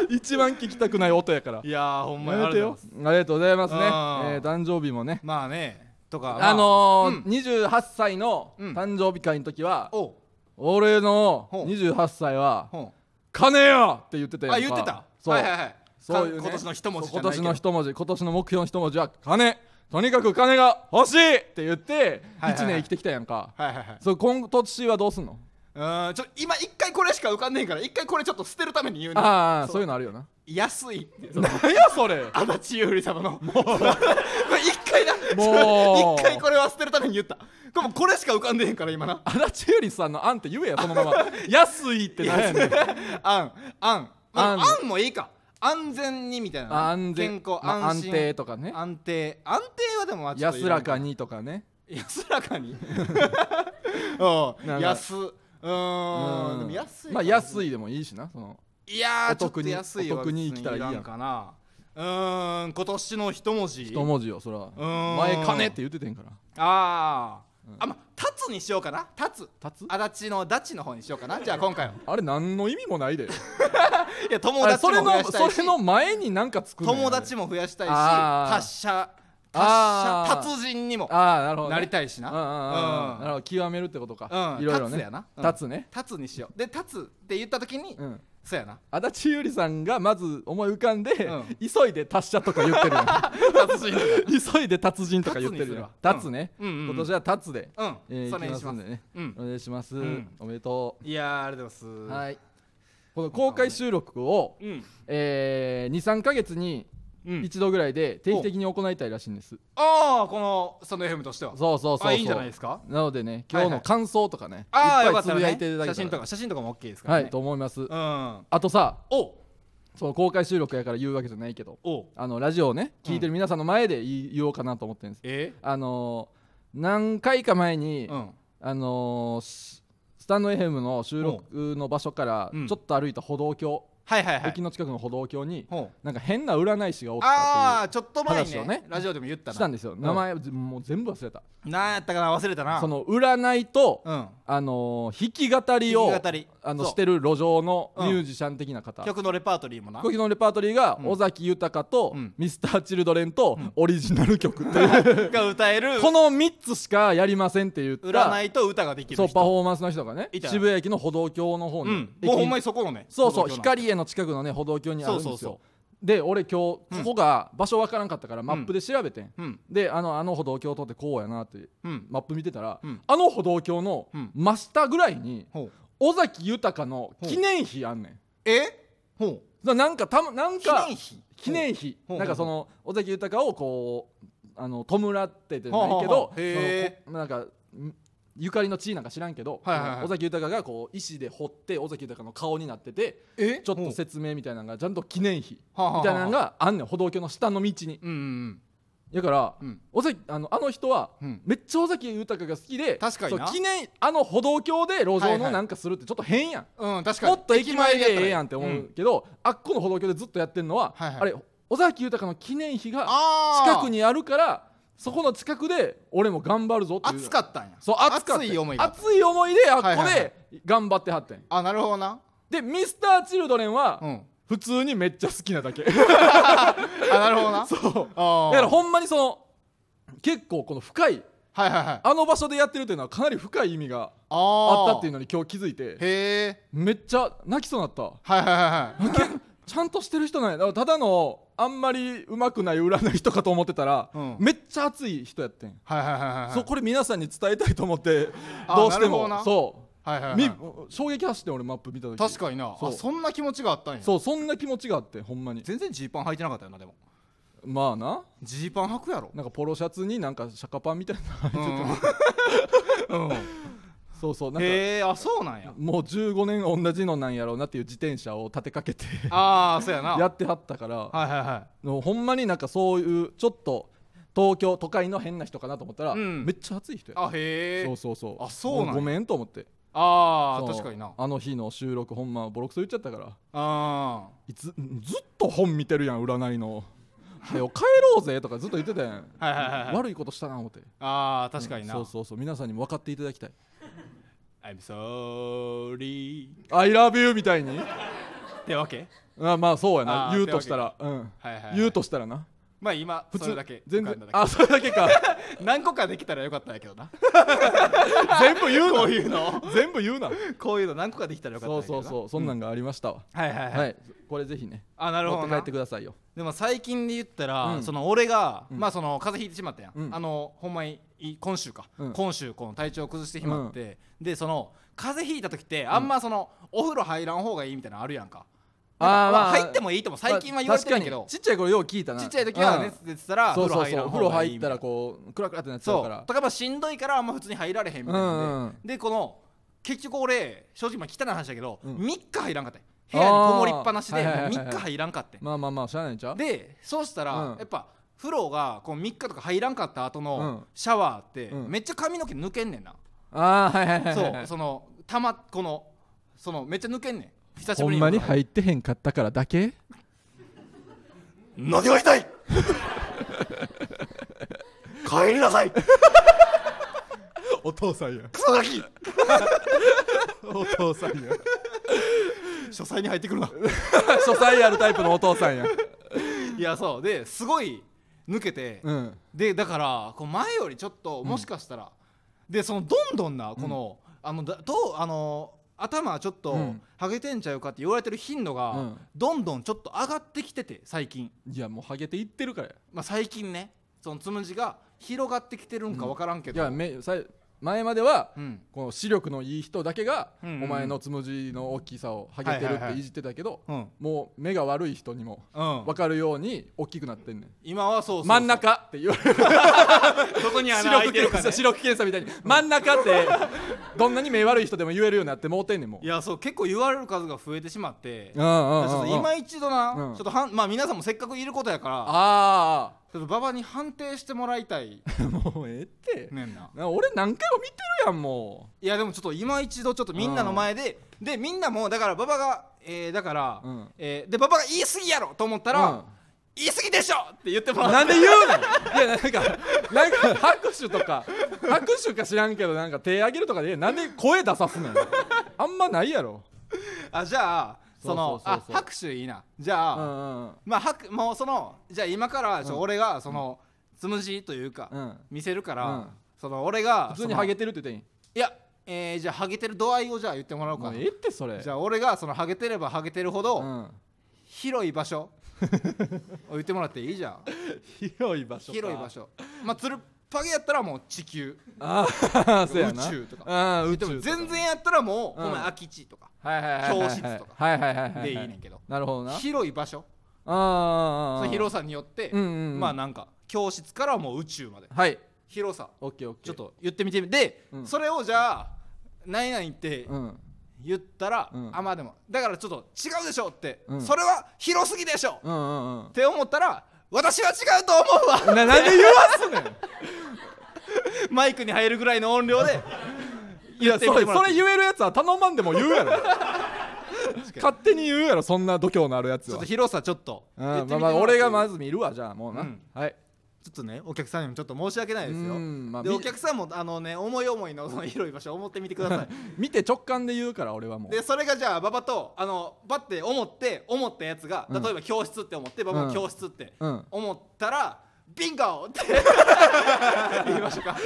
S2: 一番聞きたくない音やから
S5: いやーほんまに
S2: やめてよ
S5: ありがとうございます
S2: ありがとうございますねえ
S5: あー
S2: ー誕生日もね
S5: まあねとかま
S2: あのー28歳の
S5: うん
S2: 誕生日会の時は
S5: おう
S2: 俺の
S5: ほう
S2: 28歳は
S5: ほ
S2: 「金よ!」って言ってた
S5: う
S2: やん
S5: あ
S2: か
S5: 言ってた
S2: そう
S5: はいはいはい
S2: そういうね
S5: か今年の一文字じ
S2: そう
S5: ゃないけ
S2: 今年
S5: ど
S2: の一文字今年の目標の一文字は金とにかく金が欲しいって言って
S5: はいはいはい
S2: 1年生きてきたやんか、
S5: はいはいは
S2: そう今年はどうすんの
S5: いうーんちょ今一回これしか浮かんねえから一回これちょっと捨てるために言うね
S2: ああそういうのあるよな
S5: 安いってその
S2: 何やそれ
S5: 足立ゆり様のもうこれ 一回な
S2: もう
S5: 一回これは捨てるために言ったこれもうこれしか浮かんでへんから今な
S2: 足立ゆりさんの案って言えやその まま安いって何やねん
S5: あんあんまあ
S2: あん
S5: あんもいいか安全にみたいな
S2: 安全
S5: 健康
S2: まあ
S5: 安心
S2: 安定とかね
S5: 安定安定はでもまあちょっとい
S2: 安
S5: ろいろ
S2: らかにとかね
S5: 安らか におう
S2: なんか
S5: 安うーんでも安い
S2: まあ安
S5: い
S2: いでもいいしなその
S5: いやー
S2: お得に
S5: ちょっと安いは
S2: お得に生きたらいいやん
S5: 別にらんかなうーん今年の一文字
S2: 一文字よそれ
S5: ー
S2: は
S5: ん
S2: 前金って言っててんから
S5: あー、あま立つにしようかな立つ
S2: 立つ
S5: 足立のダチの方にしようか なじゃあ今回は
S2: あれ何の意味もないで
S5: いや友
S2: あれ
S5: 達
S2: そ
S5: も
S2: れ
S5: 増
S2: の
S5: やした
S2: そ
S5: いし
S2: れの前に何か作る
S5: 友達も増やしたいし
S2: あー
S5: 達者達
S2: あー
S5: 者達人にも
S2: ああなるほどね
S5: なりたいし
S2: うんうんうんうんな
S5: な
S2: るほど極めるってことか
S5: うん
S2: いろいろね
S5: 立つやなうん
S2: 立つね
S5: 立つにしようで立つって言った時に
S2: うん
S5: そうやな
S2: 足立ゆりさんがまず思い浮かんで
S5: ん
S2: 急いで達者とか言っ てるやん
S5: 達人
S2: 急いで達人とか言ってるやん
S5: 達にす
S2: 達
S5: るわ
S2: ね
S5: うんうんうん
S2: 今年は達で
S5: うん
S2: えーい
S5: そ
S2: き
S5: れに
S2: ま
S5: し
S2: す
S5: ま
S2: ん
S5: す
S2: でね
S5: う
S2: お
S5: ん
S2: 願いします
S5: ん
S2: おめでと
S5: いやーありがとうございます
S2: う
S5: は
S2: はいこの公開収録を
S5: いうん
S2: えー23ヶ月に
S5: うん
S2: 一度ぐらいで定期的に行いたいらしいんです、
S5: ああこのスタンド FM としては
S2: そうそうそうそう
S5: あいいんじゃないですか
S2: なのでね今
S5: は
S2: 日
S5: いは
S2: の
S5: い
S2: 感想とかね、
S5: ああ
S2: い
S5: よ
S2: っぱ
S5: かった
S2: いつぶ
S5: ら
S2: や
S5: ね
S2: いていただけたら
S5: 写真とか写真とかも OK ですか
S2: は
S5: ら
S2: い
S5: ね
S2: と思います
S5: うん
S2: あとさ
S5: お
S2: その公開収録やから言うわけじゃないけど
S5: お
S2: あのラジオをね聞いてる皆さんの前で言い言おうかなと思ってるんです
S5: え
S2: あのー何回か前に、
S5: うん
S2: あのーしスタンド FM の収録の場所から
S5: うん
S2: ちょっと歩いた歩道橋、
S5: はいはいはい
S2: 駅の近くの歩道橋に
S5: ほう
S2: なんか変な占い師がおった
S5: あ
S2: っ
S5: あちょっと前に
S2: 話を
S5: ね
S2: ね
S5: ラジオでも言った
S2: て
S5: な
S2: いうしたんですよ名前、ぜもう全部忘れた
S5: なんやったかな忘れたな
S2: その占いと、
S5: うん
S2: あのー弾き語りを
S5: 弾き語り
S2: あの
S5: そう
S2: してる路上の
S5: うん
S2: ミュージシャン的な方、
S5: 曲のレパートリーもな
S2: この日のレパートリーが尾崎豊と
S5: うん
S2: ミスターチルドレンとオリジナル曲とい う、
S5: が歌える
S2: この3つしかやりませんって言った
S5: 占いと歌ができる
S2: そう
S5: 人
S2: パフォーマンスの人がね
S5: いたよ
S2: 渋谷駅の歩道橋の方に、
S5: うん
S2: 駅に
S5: もうほんまにそこのね
S2: そうそう
S5: 歩道橋の
S2: 光栄の近くのね歩道橋にあるんですよ
S5: そうそうそ
S2: で俺今日ここが場所わからんかったからマップで調べてん、
S5: うん
S2: であのあの歩道橋通ってこうやなって
S5: うん
S2: マップ見てたら、
S5: うん
S2: あの歩道橋の
S5: うん
S2: 真下ぐらいに
S5: ほう
S2: 尾崎豊の記念碑あんねん
S5: えほう
S2: ななんかたまなん
S5: 記
S2: か
S5: 念碑
S2: 記念碑
S5: ほう
S2: なんかその尾崎豊をこうあの弔っててない
S5: ほ
S2: け
S5: うほう
S2: ど
S5: ほうへ
S2: そのこなんかんゆかりの地位なんか知らんけど、
S5: はいはいはい
S2: 尾崎豊がこう石で掘って尾崎豊の顔になってて
S5: え
S2: ちょっ
S5: ほ
S2: と
S5: う
S2: 説明みたいなのがちゃんと記念碑
S5: はあはあはあ
S2: みたいなのがあんねん歩道橋の下の道に
S5: うんうんうん
S2: だから、
S5: うん
S2: 尾崎あのあの人は、
S5: うん
S2: めっちゃ尾崎豊が好きで
S5: 確かにな
S2: そう記念あの歩道橋で
S5: は
S2: 路上
S5: いは
S2: の
S5: い
S2: なんかするってちょっと変やん、
S5: うん確かに
S2: もっと駅前でええやん
S5: っ
S2: って思うけど、あっこの歩道橋でずっとやってんのは、
S5: はいはい
S2: あれ尾崎豊の記念碑が
S5: あー
S2: 近くにあるからそこの近くで俺も頑張るぞっていう
S5: 熱かったんや
S2: そう熱かった
S5: 熱い思いが
S2: 熱い思いであっこ
S5: はいはいは
S2: で頑張ってはってん、
S5: あなるほどな
S2: でミスターチルドレンは、
S5: うん
S2: 普通にめっちゃ好きなだけ
S5: あなるほどな
S2: そう
S5: あ
S2: だ
S5: ー
S2: からほんまにその結構この深い
S5: はいはいはい
S2: あの場所でやってるというのはかなり深い意味があ
S5: あ
S2: ったっていう
S5: の
S2: のに今日気づいて
S5: へえ
S2: めっちゃ泣きそうになった
S5: はいはいはいはい
S2: ちゃんとしてる人なんやだからただのあんまりうまくない占い人かと思ってたら、
S5: うん
S2: めっちゃ熱い人やってん、
S5: はいはいはいはい
S2: そうこれ皆さんに伝えたいと思ってどうし
S5: な
S2: ても
S5: るほどな
S2: そ
S5: はいは
S2: う、
S5: いはい
S2: み衝撃走ってん俺マップ見た時
S5: 確かにな
S2: そう
S5: あそんな気持ちがあったんや
S2: そうそんな気持ちがあってほんまに
S5: 全然ジーパン履いてなかったよなでも
S2: まあな
S5: ジーパン履くやろ
S2: なんかポロシャツになんか釈迦パンみたいな
S5: うんうん
S2: そうそうなんか
S5: へえあそうなんや
S2: もう15年同じのなんやろうなっていう自転車を立てかけて
S5: ああそうやな
S2: やってはったから
S5: はいはいは
S2: もうほんまになんかそういうちょっと東京都会の変な人かなと思ったら、
S5: うん
S2: めっちゃ熱い人や
S5: いあへえ
S2: そうそうそう
S5: あそうなんや
S2: もごめんと思って
S5: ああ
S2: そう
S5: 確かにな
S2: あの日の収録ほんまボロクソ言っちゃったから
S5: あ
S2: いつずっと本見てるやん占いの「はよ帰ろうぜ」とかずっと言ってたや
S5: ー
S2: ん
S5: はいはいはいはい
S2: 悪いことしたな思って
S5: あー確かにな
S2: そうそうそう皆さんにも分かっていただきたい
S5: I'm sorry
S2: 「I love you」みたいに
S5: ってわけ
S2: あまあそうやな
S5: あー
S2: 言うとしたら、うん
S5: はいはいはい
S2: 言うとしたらな
S5: まあ今
S2: 普
S5: それ
S2: 通
S5: だけ
S2: 全
S5: 浮か
S2: 然
S5: んだだ
S2: あそれだけか
S5: け何個かできたらよかったんやけどな
S2: 全部言うな
S5: こういう の
S2: 全部言うな
S5: こういうの何個かできたらよかったん
S2: そ
S5: や
S2: う
S5: けど
S2: そ
S5: な
S2: うそうそんなんがありましたわ、
S5: はいはい
S2: は
S5: はい
S2: いこれぜひね
S5: あなる
S2: 持っ
S5: ほど
S2: て帰
S5: な
S2: ってくださいよ
S5: でも最近で言ったら、
S2: うん
S5: その俺が、まあその風邪ひいてしまったやん、
S2: うん
S5: あのほんまにい今週か、
S2: うん
S5: 今週この体調崩してしまって、でその風邪ひいた時ってあんまその、お風呂入らん方がいいみたいなのあるやんか
S2: あー
S5: なんか
S2: まあ
S5: まあ入ってもいいとも最近は言われてるけ
S2: まあ
S5: ど
S2: 確かにちっちゃい頃よう聞いたな
S5: ちっちゃい時は熱出てたら
S2: うんそ
S5: 風呂
S2: うそう
S5: 入
S2: そう
S5: らん
S2: お
S5: 方
S2: 風呂
S5: がい
S2: 入
S5: い
S2: っ
S5: み
S2: た
S5: たい
S2: ら
S5: な
S2: こうクラクラってなっちゃう
S5: そ
S2: か
S5: う
S2: ら
S5: とかまあしんどいからあんま普通に入られへんみたいなんで、
S2: うんうん
S5: でこの結局俺正直まあ汚い話だけど、
S2: ん
S5: 3日入らんかったよ部屋にこもりっぱなし
S2: あ
S5: で
S2: ーはいはいはいはい
S5: 3日入らんかって
S2: まあまあまあしゃあないんちゃう
S5: でそうしたら、
S2: うん
S5: やっぱ風呂がこう3日とか入らんかった後
S2: うん
S5: のシャワーって、
S2: うん
S5: めっちゃ髪の毛抜けんねんな、
S2: ああはいはいはい
S5: そ
S2: はいう
S5: そのたまこのそのめっちゃ抜けんねん久し
S2: ほ
S5: ぶり
S2: ん
S5: に
S2: まに入ってへんかったからだけ
S1: 何が痛 い帰りなさいク
S2: お父さんや
S1: ソガキ
S2: お父さん や
S5: 書斎に入ってくるな
S2: 書斎あるタイプのお父さんや
S5: いやそうですごい抜けて、
S2: うん
S5: でだからこう前よりちょっともしかしたら、でそのどんどんなこの、あのだどうあの頭ちょっ
S2: う
S5: と
S2: ん
S5: ハゲてんちゃうかって言われてる頻度が、
S2: うん
S5: どんどんちょっと上がってきてて最近
S2: いやもうハゲていってるからや
S5: まあ、最近ねそのつむじが広がってきてるんか分からんけ
S2: い
S5: ど、
S2: やめさい前までは、
S5: うん
S2: この視力のいい人だけが、
S5: うんうん
S2: お前のつむじの大きさをハゲてる
S5: はいは
S2: っ
S5: いは
S2: て
S5: い
S2: いじってたけど、
S5: うん
S2: もう目が悪い人にも
S5: うん
S2: 分かるように大きくなってんねん、
S5: 今はそうそうそう
S2: 真ん中って言われる
S5: どこに
S2: 視
S5: 穴開い
S2: 力
S5: てるか
S2: 検査
S5: ね
S2: 視力検査みたいに真ん中ってどんなに目悪い人でも言えるようになってもうてんねんもう
S5: いやそう結構言われる数が増えてしまって
S2: うんうんうんうん
S5: ちょっと今一度な、
S2: うん
S5: ちょっとはんまあ皆さんもせっかくいることやから
S2: あ
S5: ちょっと馬場に判定してもらいたい
S2: あもうええって、
S5: ねんな
S2: な俺何回も見てるやんも
S5: いやでもちょっと今一度ちょっとみんなの前で、でみんなもだから馬場が、えーだから、
S2: うん
S5: えーで馬場が言い過ぎやろと思ったら、
S2: うん
S5: 言い過ぎでしょって言っても
S2: う
S5: らう
S2: なんで言うのいやなんかなんか拍手とか拍手か知らんけどなんか手上げるとかでなんで声出さすねんあんまないやろ
S5: あじゃあその
S2: そうそうそうそう
S5: あ拍手いいなじゃあ、
S2: うんうんうん
S5: まあ拍もうそのじゃあ今からちょ俺がその、つむじというか、
S2: うん
S5: 見せるから、
S2: うん
S5: その俺が
S2: 普通にハゲ
S5: そ
S2: てるって言って
S5: の
S2: い
S5: いや、えーじゃあハゲてる度合いをじゃあ言ってもらおう
S2: いも
S5: か
S2: う
S5: な
S2: ええってそれ
S5: じゃあ俺がそのハゲてればハゲてるほど、
S2: うん、
S5: 広い場所 を言ってもらっていいじゃん
S2: 広い場所か
S5: 広い場所まあつるっぱげやったらもう地球
S2: ああ そうやな
S5: 宇宙とか
S2: ああ宇宙
S5: で
S2: とか
S5: も全然やったらもう、
S2: うん
S5: お前空き地とか
S2: はいはいはいはいはい
S5: 教室とか
S2: はいはいはいはい
S5: でいいねんけど
S2: なるほどな
S5: 広い場所そ
S2: ああああ
S5: の広さによって、
S2: うんうんうん
S5: まあなんか教室からもう宇宙まで
S2: はい
S5: 広さ
S2: オッケーオッケー
S5: ちょっと言ってみてみで、
S2: うん
S5: それをじゃあ何々って
S2: うん
S5: 言ったら、
S2: うん
S5: あまあでもだからちょっと違うでしょって、
S2: うん
S5: それは広すぎでしょ、っ
S2: うんうんうん
S5: て思ったら私は違うと思うわ
S2: ななんで言わすねん
S5: マイクに入るぐらいの音量で
S2: いや
S5: って
S2: そ
S5: みて
S2: れ
S5: もら
S2: そ
S5: っ
S2: れ
S5: て
S2: 言えるやつは頼まんでも言うやろ勝手に言うやろそんな度胸のあるやつ
S5: ちょっ
S2: は
S5: と広さちょっと
S2: うん
S5: 言ってみて
S2: まあ
S5: もらっ
S2: まあ
S5: て
S2: 俺がまず見るわじゃあもうな、
S5: うん
S2: はい
S5: ちょっとねお客さんにもちょっと申し訳ないですよ
S2: うんまあ
S5: で
S2: み
S5: お客さんもあのね思い思いのその広い場所を思ってみてくださ
S2: 見て直感で言うから俺はも
S5: いうでそれがじゃあ馬場とあのバッて思って思ったやつが、
S2: うん
S5: 例えば教室って思って馬場
S2: うん
S5: も教室って
S2: うん
S5: 思ったら、ビンゴ って言いましょうか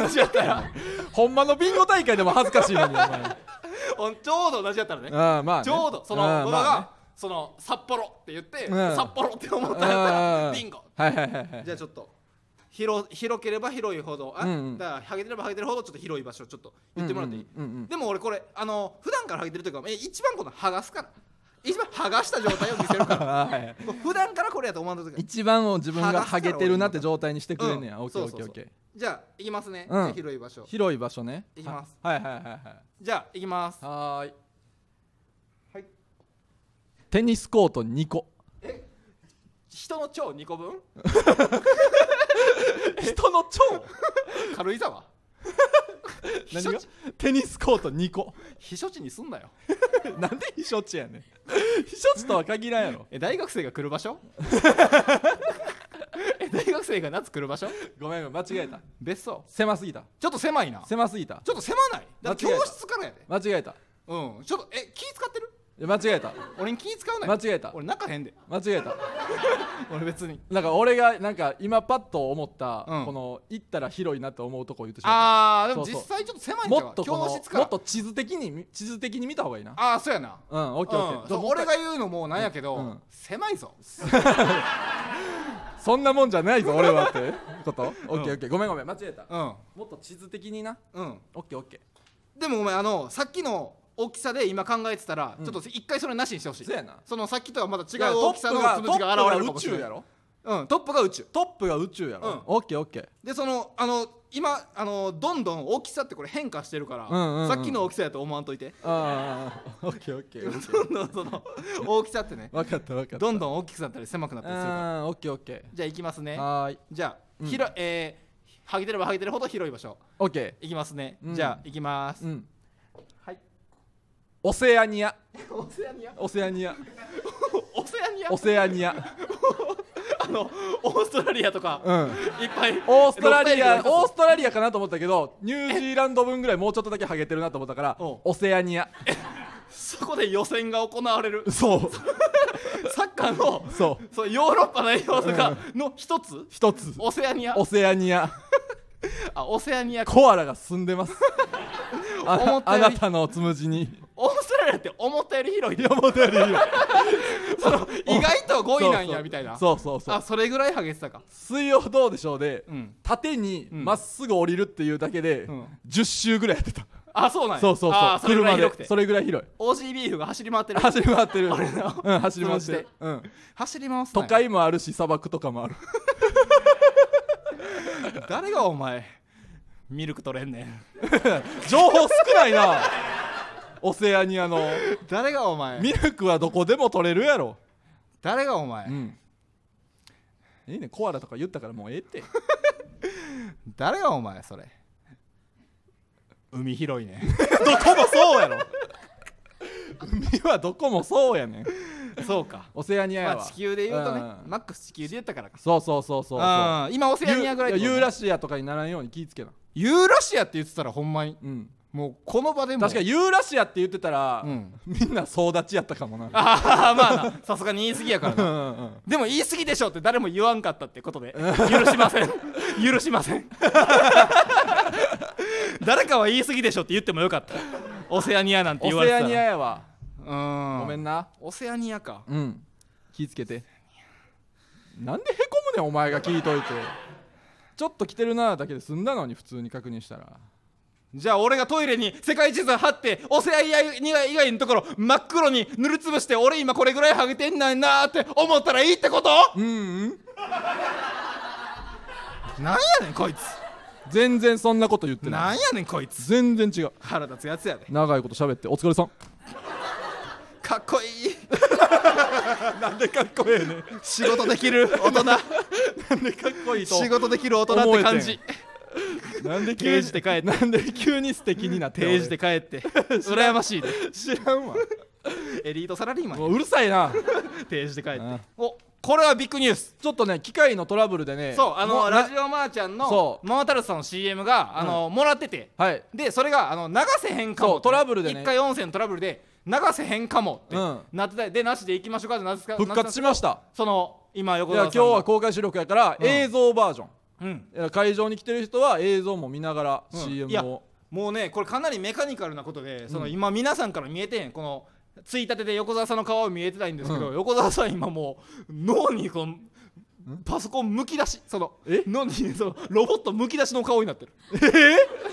S5: 同じやったら
S2: ほんまのビンゴ大会でも恥ずかしいのにお前
S5: おちょうど同じやったらね
S2: ああまあね、
S5: ちょうどその
S2: ああ
S5: 馬場
S2: まあね
S5: がその札幌って言って、
S2: うん
S5: 札幌って思ったんやった
S2: あ
S5: ら
S2: あ
S5: ビンゴ
S2: はいはいはいはい
S5: じゃあちょっと広広ければ広いほどあ、
S2: うんうん
S5: だからハゲてればハゲてるほどちょっと広い場所ちょっと言ってもらっていい、
S2: うんうんうんうん
S5: でも俺これあの普段からハゲてるというかえ一番この剥がすから一番剥がした状態を見せるか ら
S2: はい
S5: こう普段からこれやと思わんと時
S2: 一番を自分が
S5: 剥がすか
S2: ハ
S5: ら
S2: ゲてるなって状態にしてくれんねや、
S5: うん
S2: オッケ
S5: そ
S2: ーオ
S5: う
S2: ッ
S5: そう
S2: ケー
S5: そう
S2: オッケー
S5: じゃあ行きますね、
S2: うん
S5: じゃあ広い場所
S2: 広い場所ね
S5: いきます
S2: ははいはいはいはい
S5: じゃあ行きます
S2: はーい
S5: はい
S2: テニスコート2個
S5: 人の腸2個分
S2: 人の腸
S5: 軽井沢
S2: 何がテニスコート2個
S5: 避暑地にすん なよ
S2: なんで避暑地やねん避暑地とは限らんやろ
S5: え大学生が来る場所え大学生が夏来る場所
S2: ごめんごめん間違えた
S5: 別荘
S2: 狭すぎた
S5: ちょっと狭いなちょ
S2: 狭すぎた
S5: っと狭ないだって
S2: 間違え
S5: 教
S2: た
S5: 室からやで
S2: 間違えた
S5: うんちょっとえ気使ってる
S2: いや間違えた
S5: 俺に気使うなよ
S2: 間違えた
S5: 俺泣かへんで
S2: 間違えた
S5: 俺別に
S2: なんか俺がなんか今パッと思った、
S5: うん
S2: この行ったら広いなって思うとこ言ってしまっ
S5: あーでも
S2: そう
S5: 実
S2: そう
S5: 際ちょっと狭い
S2: た
S5: んちゃう
S2: も
S5: か
S2: っとこの
S5: 教室から
S2: もっと地図的に地図的に見た方がいいな
S5: ああそうやな
S2: うんオッケーオッケー
S5: うん
S2: じ
S5: そ
S2: ゃあ
S5: う
S2: もう一
S5: 俺
S2: 回
S5: が言うのもなんやけど、
S2: うん
S5: 狭い ぞ
S2: そんなもんじゃないぞ俺 はってことオッケーオッケーごめんごめん間違えた、
S5: うん
S2: もっと地図的にな
S5: うん
S2: オッケーオッケー
S5: でもお前あのさっきの大きさで今考えてたら、
S2: ん
S5: ちょっと一回それなしにしてほしい
S2: そうやな
S5: そのさっきとはまた違
S2: いや
S5: う大きさのつむじが現れるかもしれ
S2: トップ
S5: な
S2: が宇宙や
S5: い
S2: ろ
S5: うんトップが宇宙
S2: トップが宇宙やろ、
S5: うん
S2: オッケーオッケー
S5: でそのあの今あのどんどん大きさってこれ変化してるから、
S2: うんうんうん
S5: さっきの大きさやと思わんといて
S2: ああオッケーオッケーオッケー
S5: どんどんその大きさってね
S2: 分かった分かった
S5: どんどん大きくなったり狭くなったりするから
S2: あーオッケーオッケ
S5: じゃあ行きますね
S2: ーはーい
S5: じゃあ
S2: ん
S5: ひろえー、はげてればはげてるほど広い場所
S2: オッケ
S5: 行きますね、
S2: うん
S5: じゃあ行きます、
S2: ーうん
S5: はい
S2: オセアニア
S5: オセアニア
S2: オセアニア
S5: オセアニア
S2: オセアニア
S5: あのオーストラリアとか、
S2: うん
S5: いっぱい
S2: オーストラリア
S5: ロッテリ
S2: オ
S5: ア
S2: ーストラリアかなと思ったけどニュージーランド分ぐらいもうちょっとだけハゲてるなと思ったから
S5: おう
S2: オセアニア
S5: そこで予選が行われ る
S2: そう
S5: サッカーの
S2: そう
S5: そうヨーロッパ代表とかの一つ、
S2: 一つ
S5: オセアニア
S2: オセアニア
S5: あオセアニア
S2: コアラが住んでますあ
S5: 思った
S2: あ
S5: より
S2: なたのつむじに
S5: オーストラらって思ったより広いで
S2: 思ったよりいいよ
S5: その意外と5位なんやみたいな
S2: そうそうそう
S5: あそれぐらいハゲてたか
S2: 水曜どうでしょうで、
S5: うん
S2: 縦にまっすぐ降りるっていうだけで、
S5: ん
S2: 10周ぐらいやってた、
S5: あそうなんや
S2: そうそうそ
S5: あ
S2: う
S5: それぐらい
S2: 車
S5: 広く
S2: で
S5: て
S2: それぐらい広い
S5: OG ビーフが走り回ってる
S2: 走り回ってるうん走り回っ
S5: 通
S2: て
S5: じて
S2: る、うん、
S5: 走り回すな
S2: 都
S5: よ
S2: 会もあるし砂漠とかもある
S5: 誰がお前ミルク取れんねん
S2: 情報少ないな オセアニアの
S5: 誰がお前
S2: ミルクはどこでも取れるやろ、
S5: 誰がお前、
S2: うん、いいねコアラとか言ったからもうええって
S5: 誰がお前それ海広いね
S2: どこもそうやろ海はどこもそうやねん
S5: そうか
S2: オセアニアやわ、
S5: まあ地球で言うとね、
S2: ん
S5: マックス地球で言ったからか
S2: そうそうそうそう
S5: う
S2: そう
S5: ん今オセアニアぐらいってこと
S2: ユ
S5: ね
S2: ーラシアとかにならんように気ぃつけな、
S5: ユーラシアって言ってたらほんまに
S2: うん、
S5: もうこの場でも
S2: 確かにユーラシアって言ってたら、
S5: うん
S2: みんな総立ちやったかもな
S5: ああまあ なさすがに言い過ぎやから
S2: う
S5: なん
S2: うん
S5: でも言い過ぎでしょって誰も言わんかったって ことで許しません許しません誰かは言い過ぎでしょって言ってもよかったオセアニアなんて
S2: オ
S5: 言われ
S2: セ
S5: て
S2: ア
S5: た
S2: ニアやわ、
S5: アうん
S2: ごめんな
S5: オセアニアか
S2: うん気ぃつけてなんでへこむねんお前が聞いといてちょっと来てるなだけで済んだのに普通に確認したら
S5: じゃあ俺がトイレに世界地図貼ってオセアニア以外のところ真っ黒に塗りつぶして俺今これぐらいハゲてんないなーって思ったらいいってこと
S2: うんうん
S5: なんやねんこいつ
S2: 全然そんなこと言って
S5: な
S2: ない
S5: んやねんこいつ
S2: 全然違う
S5: 腹立つやつやで
S2: 長いこと喋ってお疲れさん
S5: かっこ いい
S2: なんでかっこええね
S5: 仕事できる大人
S2: かっこいいと
S5: 仕事できる大人って感じ
S2: なんで急
S5: 定
S2: に
S5: 時で帰って
S2: なんで急に素敵になって
S5: 定時で帰って 羨ましいで
S2: 知ら んわ
S5: エリートサラリーマン
S2: もううるさいな
S5: 定時で帰って
S2: うん
S5: おこれはビッグニュース
S2: ちょっとね機械のトラブルでね
S5: そうあ
S2: も
S5: の
S2: な
S5: ラジオマーちゃんの
S2: そう
S5: モータルさんの CM があのもらってて
S2: はい
S5: でそれがあの流せへんかも
S2: そうトラブルでね
S5: 一回音声のトラブルで流せへんかもって
S2: うん
S5: なってたでなしで行きましょうかってなってた
S2: 復活しました
S5: その今横
S2: い
S5: 澤
S2: や
S5: さ
S2: 今
S5: ん
S2: 日は公開収録やから、映像バージョン
S5: うん
S2: いや会場に来てる人は映像も見ながら
S5: うん
S2: CM
S5: いや
S2: を、
S5: もうねこれかなりメカニカルなことでその今皆さんから見えてへんこのついたてで横澤さんの顔は見えてないんですけど、
S2: う
S5: 横澤さん今もう脳にこのパソコンむき出しその
S2: え
S5: 脳にそのロボットむき出しの顔になってる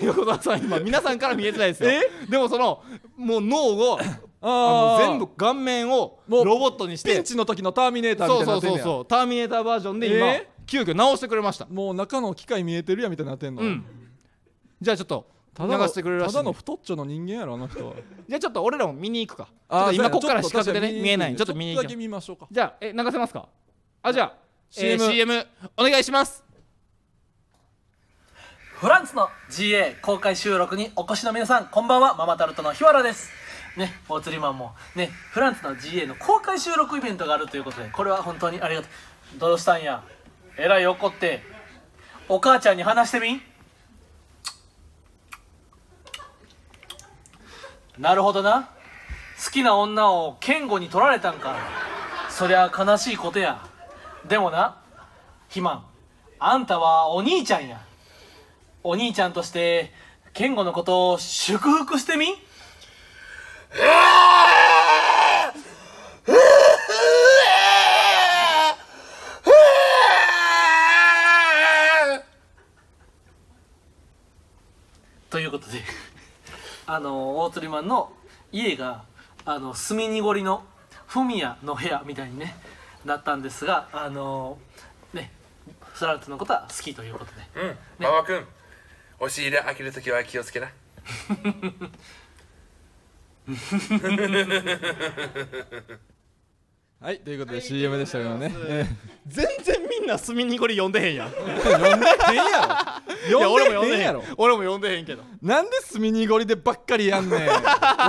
S5: え横澤さん今皆さんから見えてないですよでもそのもう脳をあ
S2: ー
S5: の全部顔面を
S2: もう
S5: ロボットにし
S2: ピ
S5: て
S2: ンチの時のターミネーターみ
S5: そ
S2: た
S5: う
S2: い
S5: そうそ
S2: になってんね
S5: う
S2: や
S5: そうターミネーターバージョンで今、
S2: え
S5: 急遽直してくれました
S2: もう中の機械見えてるやんみたいになってんの、
S5: うんじゃあちょっと流
S2: ただの
S5: してくれるらしい
S2: ただ
S5: んで
S2: の太っちょの人間やろあの人は
S5: じ ゃあちょっと俺らも見に行くか。ちょっ
S2: あ
S5: と
S2: ー
S5: 今こ
S2: そ
S5: っ
S2: うや
S5: から視覚でね
S2: ちょっと
S5: 見えないんでちょっと
S2: 見
S5: 見
S2: え
S5: に
S2: な
S5: 行
S2: いちょっとだ
S5: きましょう
S2: け見ましょうか
S5: じゃあえ流せますか。あじゃあ CM,
S2: CM
S5: えー CM お願いします。
S6: フランスの GA 公開収録にお越しの皆さんこんばんはママタルトの日原ですね大釣りマンもねフランスの GA の公開収録イベントがあるということでこれは本当にありがとうどうしたんやえらい怒ってお母ちゃんに話してみんなるほどな好きな女を健吾に取られたんかそりゃ悲しいことやでもなひまんあんたはお兄ちゃんやお兄ちゃんとして、健吾のことを祝福してみということで、 あの、大鳥マンの家が、あの、墨濁りのフミヤの部屋みたいにね、なったんですが、あの、ね、スラルトのことは好きということで。
S7: うん、馬場君、押し入れ開けるときは気をつけな。
S2: はいということで CM でしたけどね、
S5: 全然みんな隅にこれ読んでへん やん。い
S2: 読んで へんやろ
S5: や俺も
S2: 読
S5: 読
S2: ん
S5: んで
S2: でへん
S5: へ
S2: や
S5: ん
S2: ろ。
S5: 俺も読んでへんけど。
S2: なんでスミニゴリでばっかりや んねんわ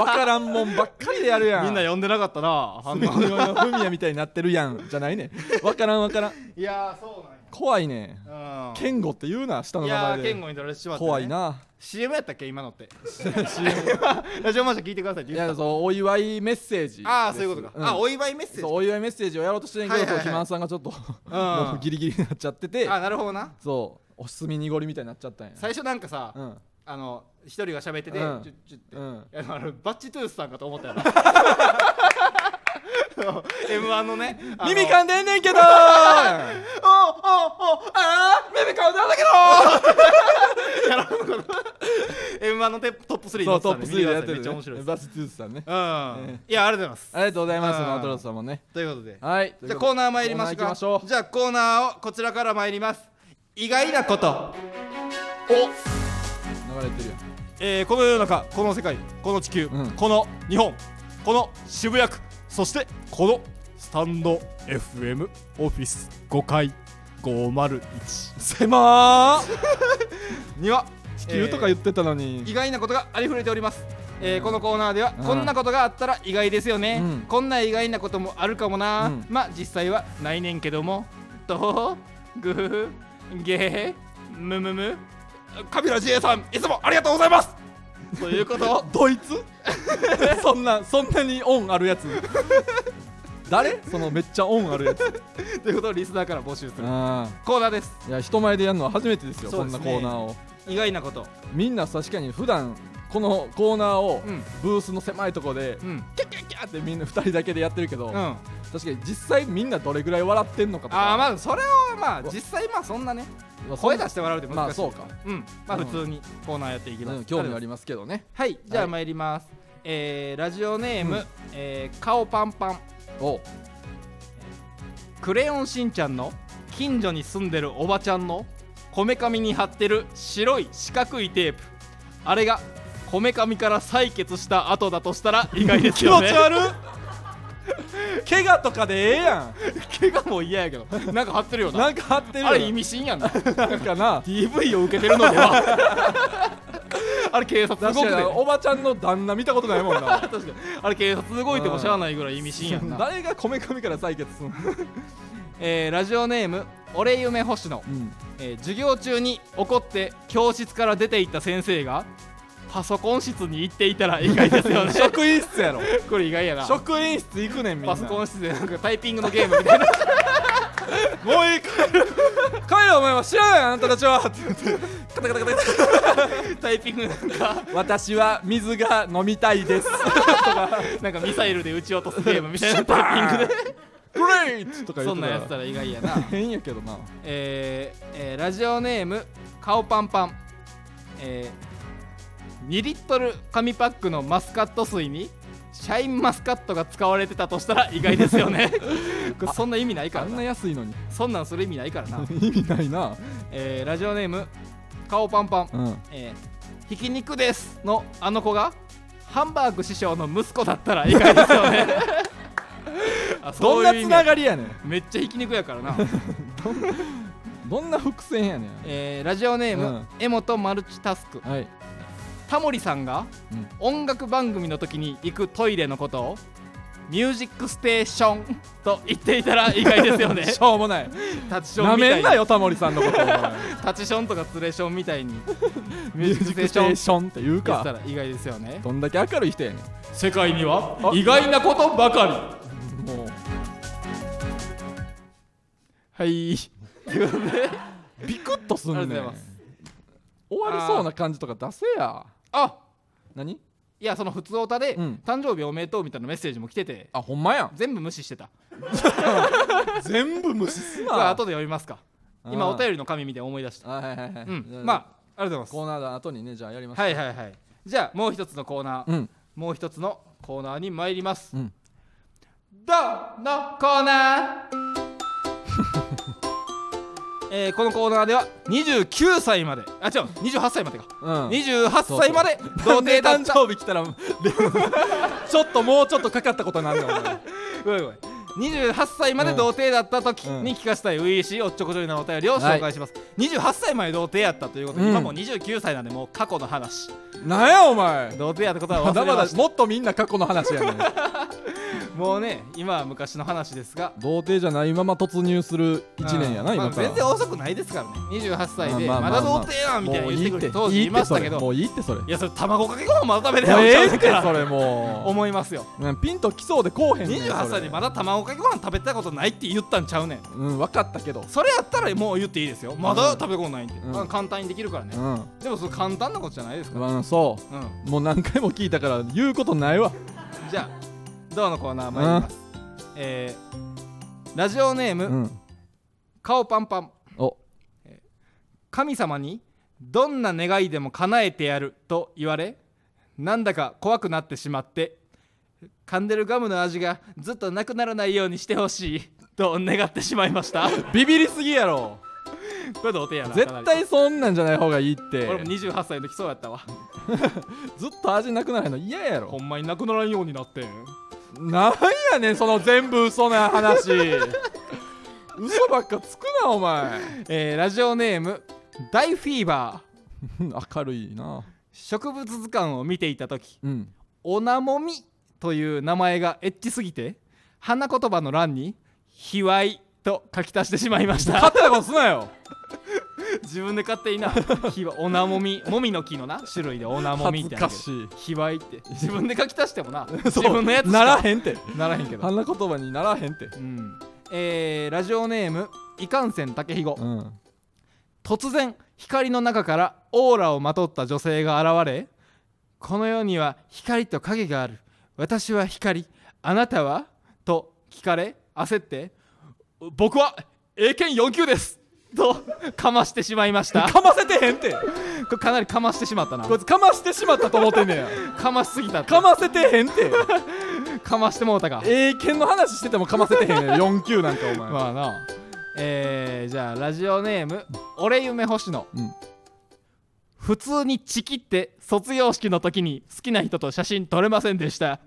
S2: からんもんばっかりでやるやん
S5: みんな読んでなかったな。
S2: スミニゴリのフミヤみたいになってるやんじゃないねわからんわからん
S5: いやーそう
S2: 怖いね
S5: なんや。
S2: ケンゴって言うな下
S5: うん。
S2: の
S5: い
S2: 名
S5: や
S2: 前
S5: ー
S2: で
S5: 健吾に取られてしまった、ね。
S2: 怖い。な
S5: CM やったっけ今の って。
S2: CM
S5: ラジオマーシャ聞いてくださいって
S2: い
S5: 言っ
S2: や
S5: た。
S2: そうお祝いメッセージ
S5: ああそういうことか。
S2: ですん
S5: あお祝いメッセー
S2: そう
S5: ジ。
S2: お祝いメッセージをやろうとしてんけど、
S5: はいはいはい
S2: そう肥満さんがちょっともうギリギリになっちゃってて
S5: あなるほどな。
S2: そうお墨濁りみたいになっちゃったんや
S5: 最初なんかさ、
S2: うん
S5: あの一人が喋ってて、
S2: うん
S5: ちょちょって、
S2: うん
S5: いやあのバッチトゥースさんかと思 ったよな M1 のねあの
S2: 耳かんでんねんけ
S5: お
S2: どー
S5: おおあー耳かんだんだけどーやらんのかな M1 のテトップ3に載っ
S2: そう
S5: て
S2: ト
S5: た
S2: ッ
S5: ん
S2: プ
S5: で
S2: 3でやって
S5: 見
S2: る、
S5: てくださいめっちゃ
S2: ね
S5: 面白い、です
S2: バスツースさんね
S5: うん、
S2: え
S5: いやありがとうございます
S2: ありがとうございます
S5: うん
S2: マトロスさんもね
S5: ということで
S2: はい
S5: じゃあコーナー参りましょう
S2: コー
S5: か
S2: ナー行きましょう
S5: じゃあコーナーをこちらから参ります意外なこと
S2: 流れてるよ
S5: えーこの世の中この世界この地球、
S2: うん
S5: この日本この渋谷区そしてこのスタンド FM オフィス5階501
S2: 狭ー
S5: には
S2: 地球とか
S5: え
S2: 言ってたのに、
S5: ー意外なことがありふれております、えーこのコーナーでは、こんなことがあったら意外ですよね、
S2: うん
S5: こんな意外なこともあるかもな、
S2: うん
S5: まあ実際はないねんけどもとぐふげむむむカビラ J さんいつもありがとうございますということを
S2: ドイツそんなそんなにオンあるやつ誰そのめっちゃオンあるやつ
S5: ということをリスナーから募集する
S2: あ
S5: コーナーです
S2: ーいや人前でやるのは初めてですよ
S5: そ
S2: そ,、
S5: うです
S2: ん
S5: ね
S2: なコーナーを
S5: 意外なこと
S2: みんな確かに普段このコーナーを
S5: うん
S2: ブースの狭いとこで、
S5: うん
S2: キャッキャッキャッってみんな2人だけでやってるけど、
S5: うんあ
S2: 確かに実際みんなどれぐらい笑ってんのかとか
S5: あーまあそれをまあ実際まあそんなね
S2: まあそん
S5: 声出して笑うって
S2: まあ
S5: 難しい
S2: そうか、
S5: うんまあ普通にコーナーやっていきま
S2: うん
S5: す
S2: 興味あ
S5: り
S2: りますけどね
S5: はいじゃあ参りますえーラジオネー
S2: う
S5: ム
S2: ん
S5: えー顔パンパン
S2: お
S5: クレヨンしんちゃんの近所に住んでるおばちゃんのこめかみに貼ってる白い四角いテープあれがこめかみから採血した後だとしたら意外です
S2: 気
S5: よ
S2: 持
S5: ね
S2: ち悪っ怪我とかでええや
S5: 怪我も嫌やけどなんか貼ってるよ
S2: ん
S5: な
S2: なんか張ってるよ
S5: あれ意味深やんな
S2: なんかな
S5: DV を受けてるのでは あれ警察
S2: 確
S5: 動くで
S2: かにおばちゃんの旦那見たことないもんな
S5: 確かにあれ警察動いてもしゃあないぐらい意味深やんな、
S2: 誰がこめかみから採血するの、
S5: えーラジオネーム俺夢星野、
S2: うん、
S5: えー授業中に怒って教室から出て行った先生がパソコン室に行っていたら意外ですよね
S2: 職員室やろ
S5: これ意外やな
S2: 職員室行くねんみんな
S5: パソコン室でなんかタイピングのゲームみたいな
S2: もういい帰る帰れお前は知らないあなたた ちはって言ってカタカタカタカ
S5: タイピングなんか
S2: タ私は水が飲みたい です
S5: なんかミサイルで撃ち落とすゲームみたいなタイピングで
S2: グレートとか言
S5: そ
S2: って
S5: んなんやってたら意外やな
S2: 変やけどな
S5: えーえーラジオネーム顔パンパン、えー2リットル紙パックのマスカット水にシャインマスカットが使われてたとしたら意外ですよ ねこれそんな意味ないか
S2: あ
S5: ら
S2: んな
S5: な
S2: 安いのに、
S5: そんなんする意味ないからな
S2: 意味ないな
S5: えーラジオネーム顔パンパン、
S2: うん
S5: えーひき肉です」のあの子がハンバーグ師匠の息子だったら意外です よねあ
S2: ど
S5: そ
S2: ん
S5: うい
S2: な
S5: う意
S2: つ
S5: 味
S2: ながりやねん
S5: めっちゃひき肉やからな
S2: どんな伏線やねん
S5: えーラジオネーム、
S2: うん
S5: エモとマルチタスク
S2: はい
S5: タモリさんが
S2: うん
S5: 音楽番組の時に行くトイレのことをミュージックステーションと言っていたら意外です よね
S2: しょうもない
S5: タチショ
S2: な
S5: ンみた
S2: め
S5: い
S2: んな
S5: に
S2: よタモリさん のことお前
S5: タチションとかツレションみたいにミ
S2: ミュ
S5: ュージ
S2: ー
S5: ックス
S2: ジッ
S5: テ
S2: ク
S5: ー
S2: ス
S5: シ
S2: テ
S5: ョン
S2: ーションって言う
S5: 言った
S2: から
S5: 意外ですよね
S2: どんだけ明るい人やね
S5: 世界には意外なことばかり
S2: んもう
S5: はい
S2: ビクッとすん
S5: あり
S2: ね
S5: がとうございま
S2: ん
S5: す
S2: 終わりそうな感じとか出せや
S5: あ
S2: 何
S5: いやその普通オタで、
S2: うん
S5: 誕生日おめでとうみたいなメッセージも来てて
S2: あほんまやん
S5: 全部無視してた
S2: 全部無視す
S5: これ後で読みますか今
S2: あー
S5: お便りの紙見て思い出した
S2: あはいはいはい、
S5: うんまあありがとうござい
S2: コ
S5: ま
S2: ーナーの後にねじゃあやります
S5: すはいはいはいじゃあもう一つのコーナー、
S2: うん
S5: もう一つのコーナーに参ります、
S2: うん
S5: どのコーナー えーこのコーナーでは29歳まであ違う28歳までか、
S2: うん
S5: 28歳まで童貞だ
S2: 誕
S5: った
S2: 生日来たらちょっともうちょっとかかったことになんだお前
S5: ごめんごめん28歳まで童貞だった時
S2: うん
S5: に聞かせたい初々しいおっちょこちょいなお便りを紹介します、28歳まで童貞やったということで、
S2: うん
S5: 今もう29歳なんでもう過去の話
S2: なんやお前
S5: 童貞やったことは
S2: ま
S5: 忘れ
S2: だ
S5: ま
S2: ま
S5: した
S2: だもっとみんな過去の話やねん
S5: もうね今は昔の話ですが
S2: 童貞じゃないまま突入する1年やな、
S5: うんまあ
S2: 今から
S5: 全然遅くないですからね28歳で
S2: まあま
S5: ま
S2: あま
S5: だ
S2: あ
S5: 童貞やんみたいな言ってくる当時いましたけど
S2: もういいってそれも
S5: い
S2: ういいっ
S5: や
S2: て
S5: それ卵かけご飯まだ食べれ
S2: それも
S5: な
S2: う
S5: い
S2: え
S5: ちゃ
S2: え
S5: う
S2: って
S5: から
S2: それも
S5: 思い ますよ
S2: ううんピンときそうでこうへんねん
S5: 28歳でま
S2: だ
S5: だ卵かけご飯食べたことないって言ったんちゃうねん
S2: うん分かったけど
S5: それやったらもう言っていいですよまだ食べたことないんで、
S2: ん
S5: あ簡単にできるからね
S2: う、ん
S5: でもそれ簡単なことじゃないですから、
S2: うんそ
S5: うん
S2: うもう何回も聞いたから言うことないわ
S5: じゃあどうのコーナー参ります、えー、ラジオネーム、
S2: うん
S5: 顔パンパン
S2: お
S5: 神様にどんな願いでも叶えてやると言われなんだか怖くなってしまって噛んでるガムの味がずっとなくならないようにしてほしいと願ってしまいました
S2: ビビりすぎやろ
S5: これ童貞やな
S2: 絶
S5: かなり
S2: 対そんなんじゃない方がいいって
S5: 俺も28歳の時そうやったわ
S2: ずっと味なくなるの嫌や
S5: ほ
S2: ろ
S5: んまになくならんようになってん
S2: なんやねんその全部嘘な話 嘘ばっかつくなお前
S5: えーラジオネーム大フィーバー
S2: うん明るいな
S5: 植物図鑑を見ていた時
S2: うん
S5: 「おなもみ」という名前がエッチすぎて花言葉の欄に「卑猥」と書き足してしまいました
S2: 勝手なことすなよ
S5: 自分で勝手になひわおなもみもみの木のな種類でおなもみ
S2: 恥
S5: っ
S2: ず
S5: て
S2: かしい
S5: ひわいって自分で書き足しても な自
S2: そう
S5: 分のやつしか
S2: ならへんて
S5: ならへんけど、
S2: 花言葉にならへんて
S5: うんえーラジオネームいかんせんたけひご
S2: うん
S5: 突然光の中からオーラをまとった女性が現れこの世には光と影がある私は光あなたはと聞かれ焦って僕は英検4級ですと かましてしまいました
S2: かませてへんて
S5: これかなりかましてしまったな
S2: こいつかましてしまったと思ってんねや
S5: かましすぎたって
S2: かませてへんて
S5: かましてもうたか
S2: 英検の話しててもかませてへんや4級なんかお前、
S5: まあなえー、じゃあラジオネーム俺夢星野、
S2: うん
S5: 普通にチキって卒業式の時に好きな人と写真撮れませんでした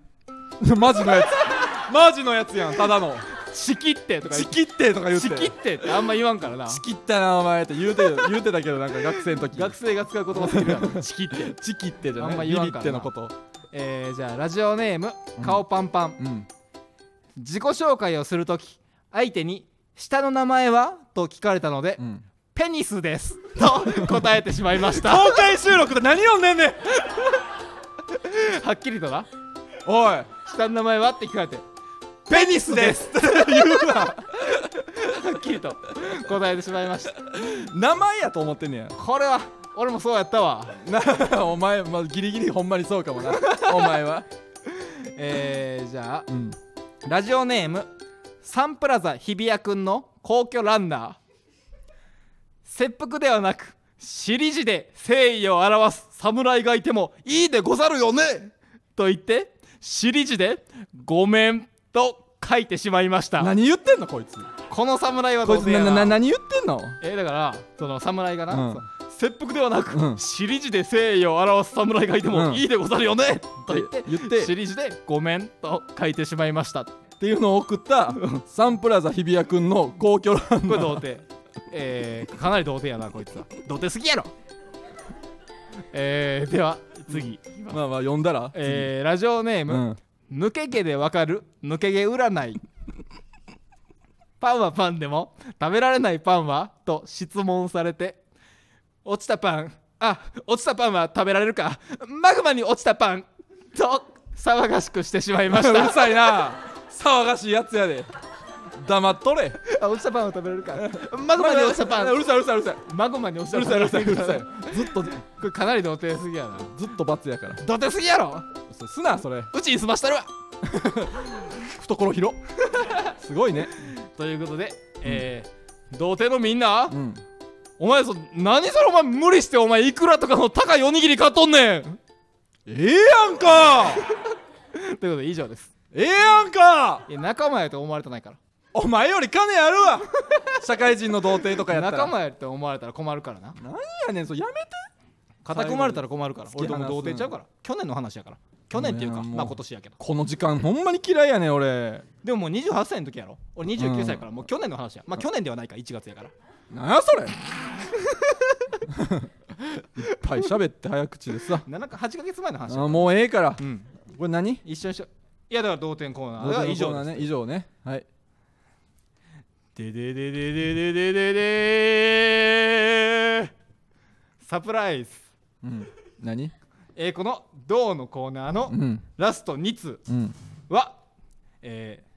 S2: マジのやつマジのやつやんただの
S5: チキってとか言
S2: チ
S5: って
S2: キってとか言って
S5: チキってってあんま言わんからな
S2: チキったなお前って言うて言うてたけどなんか学生の時
S5: 学生が使う言葉すぎるや ろチキって、
S2: チキってじゃ
S5: あんま
S2: ない
S5: 言
S2: ビ
S5: わ
S2: ビ
S5: ん
S2: っ
S5: からな
S2: てのこと
S5: えー、じゃあラジオネーム顔パンパン、
S2: うん
S5: 自己紹介をする時相手に下の名前はと聞かれたので、
S2: うん
S5: ペニスですと答えてしまいました
S2: 公開収録で何読んでんねん
S5: はっきりとな
S2: おい
S5: 下の名前はって聞かれて
S2: ペニス です
S5: はっきりと答えてしまいました
S2: 名前やと思ってんねや
S5: これは俺もそうやったわ
S2: なお前、まあ、ギリギリほんまにそうかもな お前は
S5: えー、じゃあ
S2: うん
S5: ラジオネームサンプラザ日比谷くんの皇居ランナー切腹ではなく尻地で誠意を表す侍がいてもいいでござるよねと言って尻地でごめんと書いてしまいました
S2: 何言ってんのこいつ
S5: この侍は
S2: こ
S5: ど
S2: いうつ
S5: せや
S2: な
S5: な
S2: な何言ってんの
S5: えーだからその侍がな、
S2: う
S5: そ
S2: ん
S5: の切腹ではなく、
S2: うん
S5: 尻地で誠意を表す侍がいて
S2: う
S5: も
S2: ん
S5: いいでござるよね、と言っ
S2: え
S5: て
S2: 言って
S5: 尻地で「ごめん」と書いてしまいましたこ
S2: っていうのを送ったサンプラザ日比谷くんの皇居ラン
S5: れ
S2: ナー
S5: 童貞えー、かなり童貞やなこいつは童貞すぎやろえー、では次、
S2: まあまあ呼んだら、
S5: えー、ラジオネー
S2: う
S5: ム
S2: ん、
S5: 「抜け毛でわかる抜け毛占い」パンはパンでも食べられないパンはと質問されて落ちたパンあ落ちたパンは食べられるかマグマに落ちたパンと騒がしくしてしまいまし
S2: う
S5: た
S2: るさいな騒がしいやつやで黙っとれ
S5: あ落ちたパンは食べれるかマグマに落ちたパ
S2: う
S5: ン
S2: るさいうるさいうるさい
S5: マグマに落ち
S2: う
S5: た
S2: る
S5: パ
S2: さ
S5: ン
S2: いうるさいう るさいずっとず
S5: これかなり童貞すぎやな
S2: っと罰やから
S5: 童貞すぎやろ
S2: そすなそれ
S5: うちに済ましたるわ
S2: 懐 広すごいね
S5: ということで、えー童貞のみんな、
S2: うん
S5: お前そ何それお前無理してお前いくらとかの高いおにぎり買っとんねん
S2: ええやんか
S5: ということで以上です
S2: ええやんか
S5: いや仲間やと思われてないか
S2: お前より金あるわ社会人の童貞とかや
S5: ら
S2: ったら
S5: 仲間やと思われたら困るからな
S2: なんやねんそれやめて
S5: 固く生まれたら困るから
S2: 最
S5: 俺
S2: 後
S5: と
S2: に
S5: も童貞ちゃうから去年の話やから去年っていう
S2: い
S5: か
S2: やもう
S5: まあ今年やけど
S2: この時間ほんまに嫌いやねん俺
S5: でももう28歳の時やろ俺29歳やから
S2: う
S5: もう去年の話やまあ去年ではないか1月やから
S2: なんやそれいっぱい喋って早口でさ
S5: 7か8ヶ月前の話
S2: あもうええから、
S5: ん
S2: これ何
S5: 一緒にしよいやだから同点コーナー
S2: は
S5: が
S2: 以
S5: 以
S2: 上
S5: 上
S2: だ
S5: です
S2: ね以上ねはい
S5: でででででででででサプライズ
S2: うん何
S5: えーこの「銅のコーナーの
S2: うん
S5: ラスト2通
S2: うん
S5: は、えー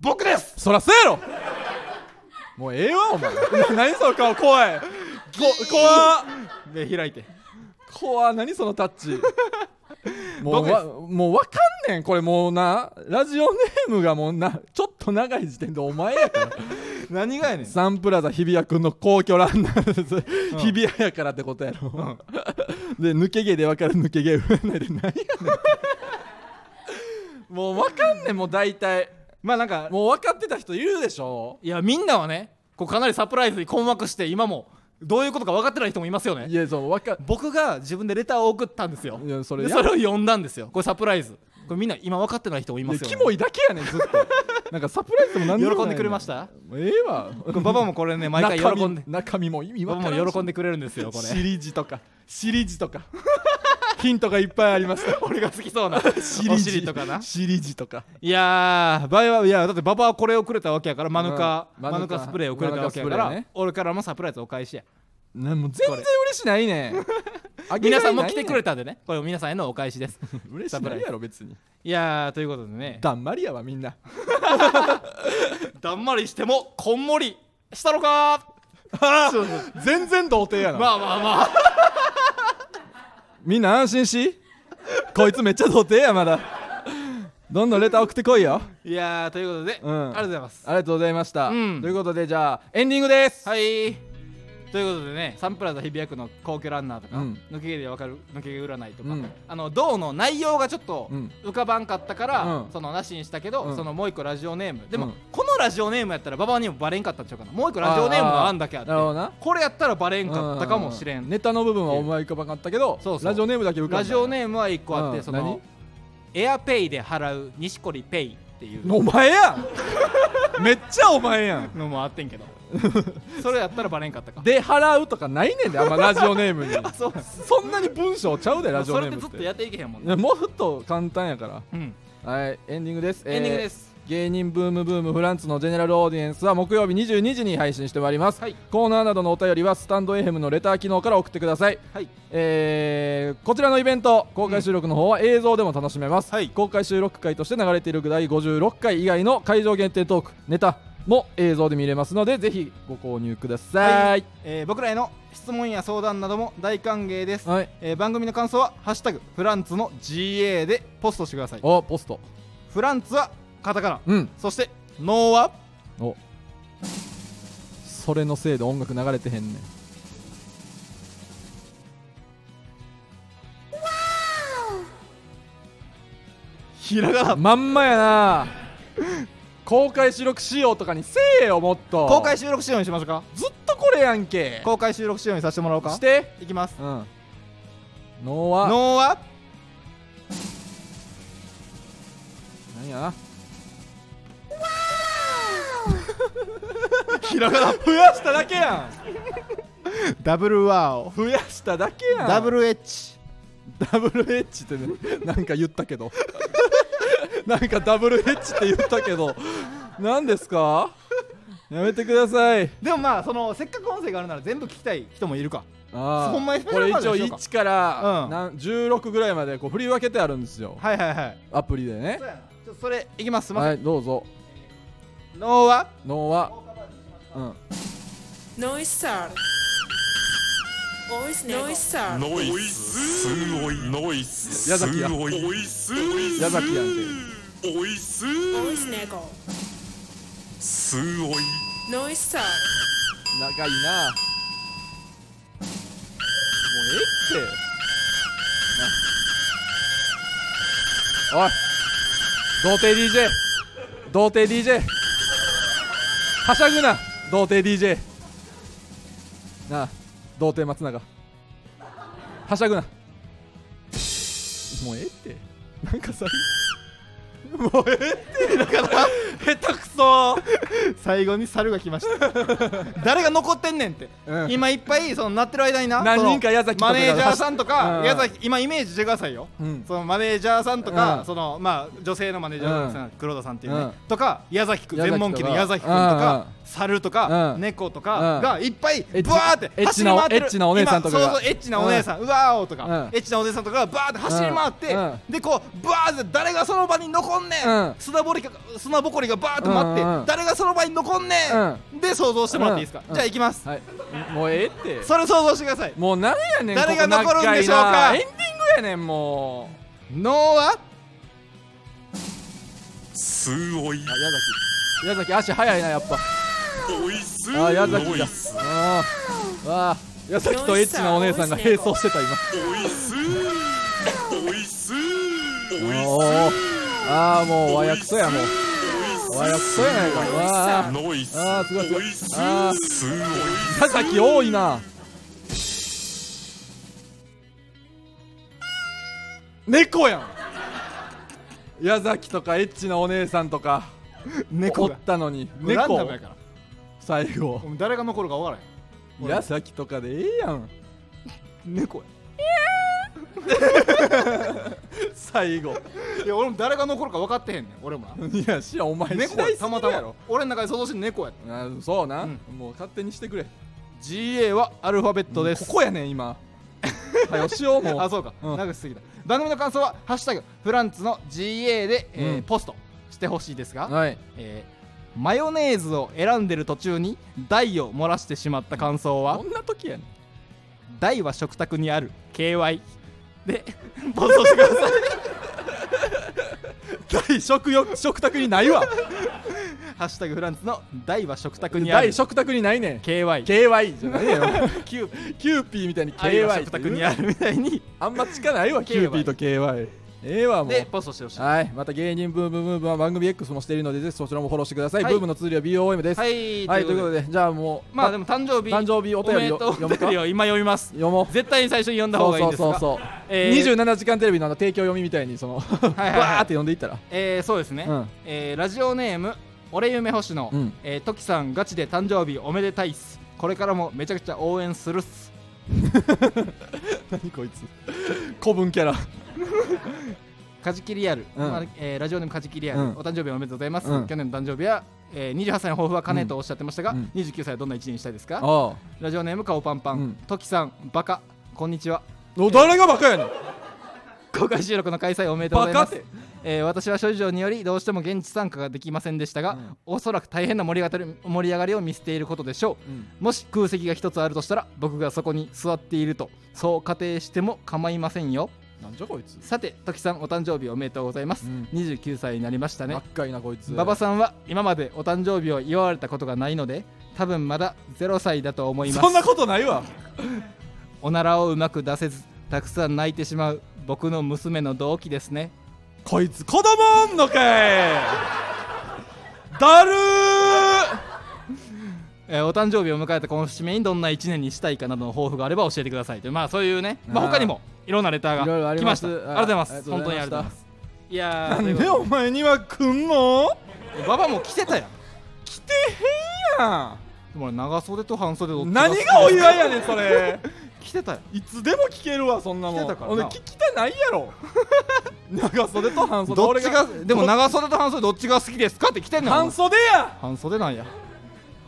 S5: 僕です
S2: そらそうやろもうええわお前 何その顔怖いこ怖っ
S5: で開いて
S2: 怖っ何そのタッチもう
S5: 僕です
S2: わもうわかんねんこれもうなラジオネームがもうなちょっと長い時点でお前やから
S5: 何がやねん
S2: サンプラザ日比谷君の皇居ランナーです、日比谷やからってことやろ、で抜け毛で分かる抜け毛占いで何やねんもう分かんねんもう大体
S5: まあなんか
S2: もう分かってた人いるでしょ
S5: いやみんなはねこうかなりサプライズに困惑して今もどういうことか分かってない人もいますよね
S2: いやそう分か
S5: 僕が自分でレターを送ったんですよ
S2: いやそれ
S5: で
S2: や
S5: それを読んだんですよこれサプライズこれみんな今分かってない人もい
S2: い
S5: ま
S2: や
S5: すよ、
S2: キモいだけやねんずっとなんかサプライズでも何でもな
S5: 喜
S2: い
S5: んでくれました
S2: もうええわ
S5: これババもこれね毎回
S2: 中身
S5: 喜んで
S2: 中身も意味
S5: バ
S2: 分か
S5: バ
S2: らん
S5: も
S2: し
S5: 喜んでくれるんですよこ
S2: シ
S5: れ
S2: リジとかシリジとか ヒントがいっぱいありました
S5: 俺が好きそう なお尻とかな
S2: シリジとか
S5: いやー場合はいやだってババはこれをくれたわけやからマヌカ、
S2: うんマ
S5: マ
S2: ヌカ
S5: ヌカスプレーをくれたわけやか
S2: マ
S5: ら、
S2: ヌカスプレーね
S5: 俺からもサプライズお返しや
S2: なもう全然嬉しないね あげ
S5: 皆
S2: られ
S5: さ
S2: ないね
S5: んも来てくれたんでねこれ皆さんへのお返しです
S2: 嬉しないやろ別 に
S5: いやーということでね
S2: だんまりやわみんな
S5: だんまりしてもこんもりしたのか
S2: 全然童貞やな、
S5: まあまあまあ
S2: みんな安心し こいつめっちゃ童貞やまだどんどんレター送ってこいよ
S5: いやーということで、
S2: うん
S5: ありがとうございます
S2: ありがとうございました、
S5: うん
S2: ということでじゃあエンディングです
S5: はいということでねサンプラザ日比谷区の皇居ランナーとか、
S2: うん
S5: 抜け毛でわかる抜け毛占いとか、
S2: うん
S5: あの銅の内容がちょっと
S2: うん
S5: 浮かばんかったから、
S2: うん
S5: そのなしにしたけど、
S2: うん
S5: そのもう一個ラジオネームでも、
S2: うん
S5: このラジオネームやったらババアにもバレんかったんちゃうかなもう一個ラジオネームの案だけあって
S2: なるほどな
S5: これやったらバレんかったかもしれん、
S2: うネタの部分は思い浮かばなかったけど
S5: そうそう
S2: ラジオネームだけ浮かんだ
S5: ラジオネームは一個あって、
S2: うん
S5: そのエアペイで払う錦織ペイっていう
S2: お前やん めっちゃお前やん
S5: のもあってんけどそれやったらバレんかったか
S2: で払うとかないねんで あんまラジオネームに
S5: そう
S2: そんなに文章ちゃうでラジオ
S5: そ
S2: ネ
S5: れで
S2: ーム
S5: ず
S2: っ
S5: ってとやっていけへんもん
S2: い
S5: ね
S2: やもっと簡単やから
S5: うん
S2: はい、エンディングです。
S5: エンディングです。
S2: えー。芸人ブームブームフランツのジェネラルオーディエンスは木曜日22時に配信してまいります、
S5: はい
S2: コーナーなどのお便りはスタンド FM のレター機能から送ってください、
S5: はい
S2: えーこちらのイベント公開収録の方は映像でも楽しめます、
S5: はい
S2: 公開収録回として流れている第56回以外の会場限定トークネタも映像で見れますのでぜひご購入ください、
S5: えー僕らへの質問や相談なども大歓迎です、
S2: はい
S5: えー番組の感想は「ハッシュタグフランツの GA」でポストしてください
S2: おポスト
S5: フランツはカタカナ
S2: うん
S5: そしてノーは
S2: おそれのせいで音楽流れてへんねん
S5: ひらがな
S2: まんまやな公開収録しようとかにせえよもっと
S5: 公開収録仕様にしましょうか
S2: ずっとこれやんけ
S5: 公開収録仕様にさせてもらおうか
S2: して
S5: いきます
S2: うんノーは
S5: ノーは
S2: 何やな
S5: ひら がな
S2: 増やしただけや
S5: ダブルワオ
S2: ん増やしただけやん
S5: ダブルエッジ
S2: ダブルエッジってねなんか言ったけど なんかダブルエッジって言ったけど何ですかやめてください
S5: でもまあそのせっかく音声があるなら全部聞きたい人もいるか
S2: あー
S5: ほんまにスペシ
S2: こ
S5: ャ
S2: れ
S5: ル
S2: 一
S5: まで
S2: 応
S5: でしょうか
S2: 1から、
S5: うん
S2: なん16ぐらいまでこう振り分けてあるんですよ
S5: はいはいはい
S2: アプリでね
S5: そうやなちょっとそれいきますすいません、
S2: はいどうぞ
S5: ノーは
S2: 脳は、うん、
S8: ノイスターノイスネゴ
S9: ノイスすごいノイス
S2: 矢崎や
S9: すごいおいすい
S2: 矢崎やんけ
S9: おいす
S8: ノイスネゴ
S9: すごい
S8: ノイスター
S2: 長いなもうええってなおい童貞 DJ 童貞 DJ はしゃぐな童貞 DJ なあ童貞松永はしゃぐなもうええってなんかさもうええって下手くそ
S5: 最後に猿が来ました 誰が残ってんねんって、
S2: うん
S5: 今いっぱいそのなってる間にな
S2: 何人
S5: そ
S2: か
S5: の
S2: 矢崎とか
S5: マ
S2: が
S5: ネージャーさんとか、
S2: うん
S5: 矢崎今イメージしてくださいよ、
S2: うん
S5: そのマネージャーさんとか、
S2: うん
S5: そのまあ女性のマネージャーさん、黒田さんっていうね、
S2: うん
S5: とか矢崎くん
S2: 矢崎とか
S5: 全問記の矢崎くんと
S2: うんうん
S5: か、猿とか、
S2: うん
S5: 猫とかがいっぱいブ
S2: エッチ
S5: ワーって
S2: エッ
S5: 走
S2: チ
S5: り
S2: な
S5: 回ってる
S2: エッチなお姉さんとかが
S5: 今そうそうエッチなお姉さん、うわーおとか、
S2: うん
S5: エッチなお姉さんとかがバーって走り回って、
S2: うんうん
S5: でこうブワーって誰がその場に残んねん、
S2: うん
S5: 砂ぼりか砂ぼこりがバーって待って、
S2: うんうんうん
S5: 誰がその場に残んねん、で想像してもらっていいですか、
S2: うん
S5: じゃあ行きます、
S2: はいもうええって
S5: それ想像してください
S2: もう何やねん
S5: 誰が
S2: こ
S5: 残
S2: こ
S5: るんでしょうか
S2: 長いなエンディングやねんも
S5: 脳は
S9: すおいう
S2: あ矢崎矢崎足早いなやっぱ
S9: おいす
S2: あ矢崎
S9: お
S2: だ
S9: いす
S2: あーあー矢崎とエッチなお姉さんが並走してた今
S9: おいすおいすおい
S2: おーああもう和訳そやもう和訳そやないかわあ
S9: ノイス
S2: あーすごいすごい
S9: おいす
S2: あー
S9: すおい
S2: 矢崎多いな
S5: 猫やん
S2: 矢崎とかエッチなお姉さんとか
S5: 猫
S2: おっ
S5: が
S2: たのに
S5: ランダ
S2: 猫
S5: ムやから
S2: 最後
S5: もう誰が残るか分からへん
S2: 矢崎とかでええやん
S5: 猫や
S2: 最後
S5: いや俺も誰が残るか分かってへんねん俺も ない
S2: やしやお前
S5: 猫
S2: 次第
S5: や
S2: すぎ
S5: た
S2: る
S5: ま
S2: や
S5: たま
S2: ろ
S5: 俺の中で想像してる猫やった
S2: あそうな、
S5: うん
S2: もう勝手にしてくれ
S5: GA はアルファベットです、
S2: ここやねん 今はよしようもう
S5: あそうか、
S2: うん
S5: 長くしすぎた番組の感想は「ハッシュタグフランツの GA で」えー
S2: うん
S5: ポストしてほしいですが、
S2: はい
S5: えーマヨネーズを選んでる途中に台を漏らしてしまった感想は
S2: こんな時やねん
S5: 大は食卓にある KY で 放送してください
S2: 大食欲食卓にないわ
S5: ハッシュタグフランツの大は食卓にある
S2: 大食卓にないねん
S5: KY
S2: KY じゃないよ
S5: キューピー
S2: キューピーみたいに
S5: 愛は
S2: KY
S5: 食卓にあるみたいに
S2: あんま近ないわキューピーと KY ええわもう
S5: でポストしてほしいは
S2: はいまた芸人ブームブームは番組 X もしているのでぜひそちらもフォローしてください、
S5: はい
S2: ブームの通りは BOM ですはい、
S5: い
S2: ということでじゃあもう
S5: まあ
S2: た
S5: でも誕生日
S2: 誕生日お
S5: お
S2: 便
S5: め
S2: り
S5: で
S2: を
S5: とう
S2: 読むか
S5: お便りを今読みます
S2: 読もう
S5: 絶対に最初に読んだ方
S2: そう
S5: がいい
S2: そ
S5: ん
S2: う
S5: です
S2: そう
S5: が
S2: そう、
S5: えー
S2: 27時間テレビのあの提供読みみたいにその
S5: はいはい
S2: わーって読んでいったら
S5: えーそうですね
S2: うん
S5: えーラジオネーム俺夢星野
S2: うん
S5: えートキさんガチで誕生日おめでたいっすこれからもめちゃくちゃ応援するっす
S2: 何こいつ古文キャラ
S5: カジキリアル、
S2: うん
S5: まあえーラジオネームカジキリアル、
S2: うん
S5: お誕生日おめでとうございます、
S2: うん
S5: 去年の誕生日は、えー、28歳の抱負は金とおっしゃってましたが、
S2: うん
S5: 29歳はどんな一年にしたいですか
S2: ああ
S5: ラジオネーム顔パンパ
S2: う
S5: ン
S2: ん
S5: トキ、さんバカこんにちは
S2: お誰がバカやねん
S5: 公開収録の開催おめでとうござ
S2: バ
S5: い
S2: カ
S5: ま
S2: っ
S5: す
S2: て、
S5: えー私は諸事情によりどうしても現地参加ができませんでしたが、
S2: うん
S5: おそらく大変な盛り上がり盛り上がりを見せていることでしょう
S2: うん
S5: もし空席が一つあるとしたら僕がそこに座っているとそう仮定しても構いませんよ
S2: なんじゃこいつ
S5: さてトキさんお誕生日おめでとうございます、
S2: うん
S5: 29歳になりましたね
S2: ばっかいなこいつ
S5: 馬場さんは今までお誕生日を祝われたことがないので多分まだ0歳だと思いま
S2: そん
S5: す
S2: なことないわ
S5: おならをうまく出せずたくさん泣いてしまう僕の娘の同期ですね
S2: こいつ子供おんのかいだるー
S5: えーお誕生日を迎えたこの節目にどんな1年にしたいかなどの抱負があれば教えてくださいというまあそういうね、まあ、
S2: あー
S5: 他にもいろんなレター
S2: いろいろあ
S5: が
S2: り
S5: 来
S2: ま
S5: ますしたあり
S2: はい
S5: がとうございます
S2: あり
S5: 本
S2: がと
S5: 当
S2: うご
S5: に
S2: ざいま
S5: ありがとうござい
S2: した
S5: ますいやー
S2: なん
S5: とい
S2: で
S5: うこ
S2: お前には来んの
S5: とで馬場も来てたやん
S2: 来てへんや
S5: でも俺長袖と半袖どっ
S2: ん
S5: ち
S2: 何がお祝いやねんそれ
S5: 来てたやん
S2: いつでも聞けるわそんなも
S5: 来
S2: ん
S5: てたからな
S2: 俺聞きたないや ろ長袖と半袖
S5: どっ
S2: 俺
S5: ちがでも長袖と半袖どっちが好きですかって来てんのよお前
S2: 半袖や
S5: 半袖なんや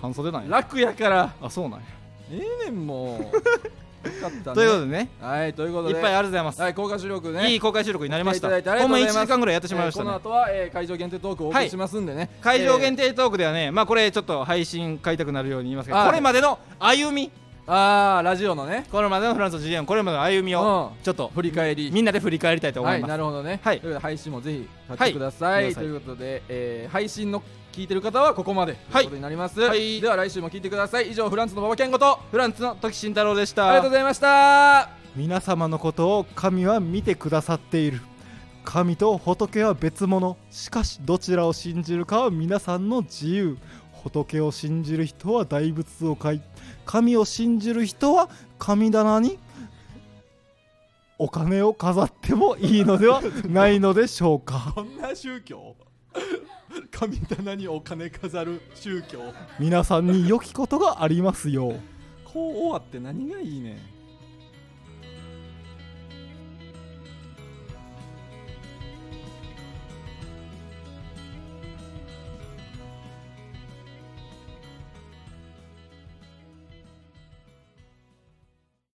S5: 半袖なんや
S2: 楽やから
S5: あそうなんや
S2: ええね んもうよかったね
S5: ということでね
S2: はいということ
S5: いっ
S2: で
S5: ぱいありがとうございます
S2: はい公開収録ね
S5: いい公開収録になりました
S2: 来ていただいてあり
S5: ほ
S2: が
S5: ん
S2: とう
S5: ま
S2: ござ
S5: 1
S2: います
S5: 時間ぐらいやってしまいました
S2: えーこの
S5: ね
S2: 後は、えー会場限定トークをお送りしますんでね、
S5: 会場限
S2: 定、
S5: 定トークではねまあこれちょっと配信買いたくなるように言いますけど
S2: はい
S5: これまでの歩み
S2: ああラジオのね
S5: これまでのフランス GM これまでの歩みを
S2: うん
S5: ちょっと
S2: 振り返り
S5: みんなで振り返りたいと思
S2: はいい
S5: ま
S2: な
S5: す
S2: るほどね、
S5: はい
S2: ということで配信もぜひ買ってください、
S5: はい
S2: ということで、えー配信の聞いてる方はここまでと
S5: はいいう
S2: ことになります、
S5: はい
S2: では来週も聞いてください以上フランスの馬場健吾とあ
S5: フランツの時慎太郎でし
S2: りがとう
S5: た
S2: ございました
S5: 皆様のことを神は見てくださっている神と仏は別物しかしどちらを信じるかは皆さんの自由仏を信じる人は大仏を買い神を信じる人は神棚にお金を飾ってもいいのではないのでしょうか
S2: こんな宗教 神棚にお金飾る宗教
S10: 皆さんに良きことがありますよう
S2: こう終わって何がいいねん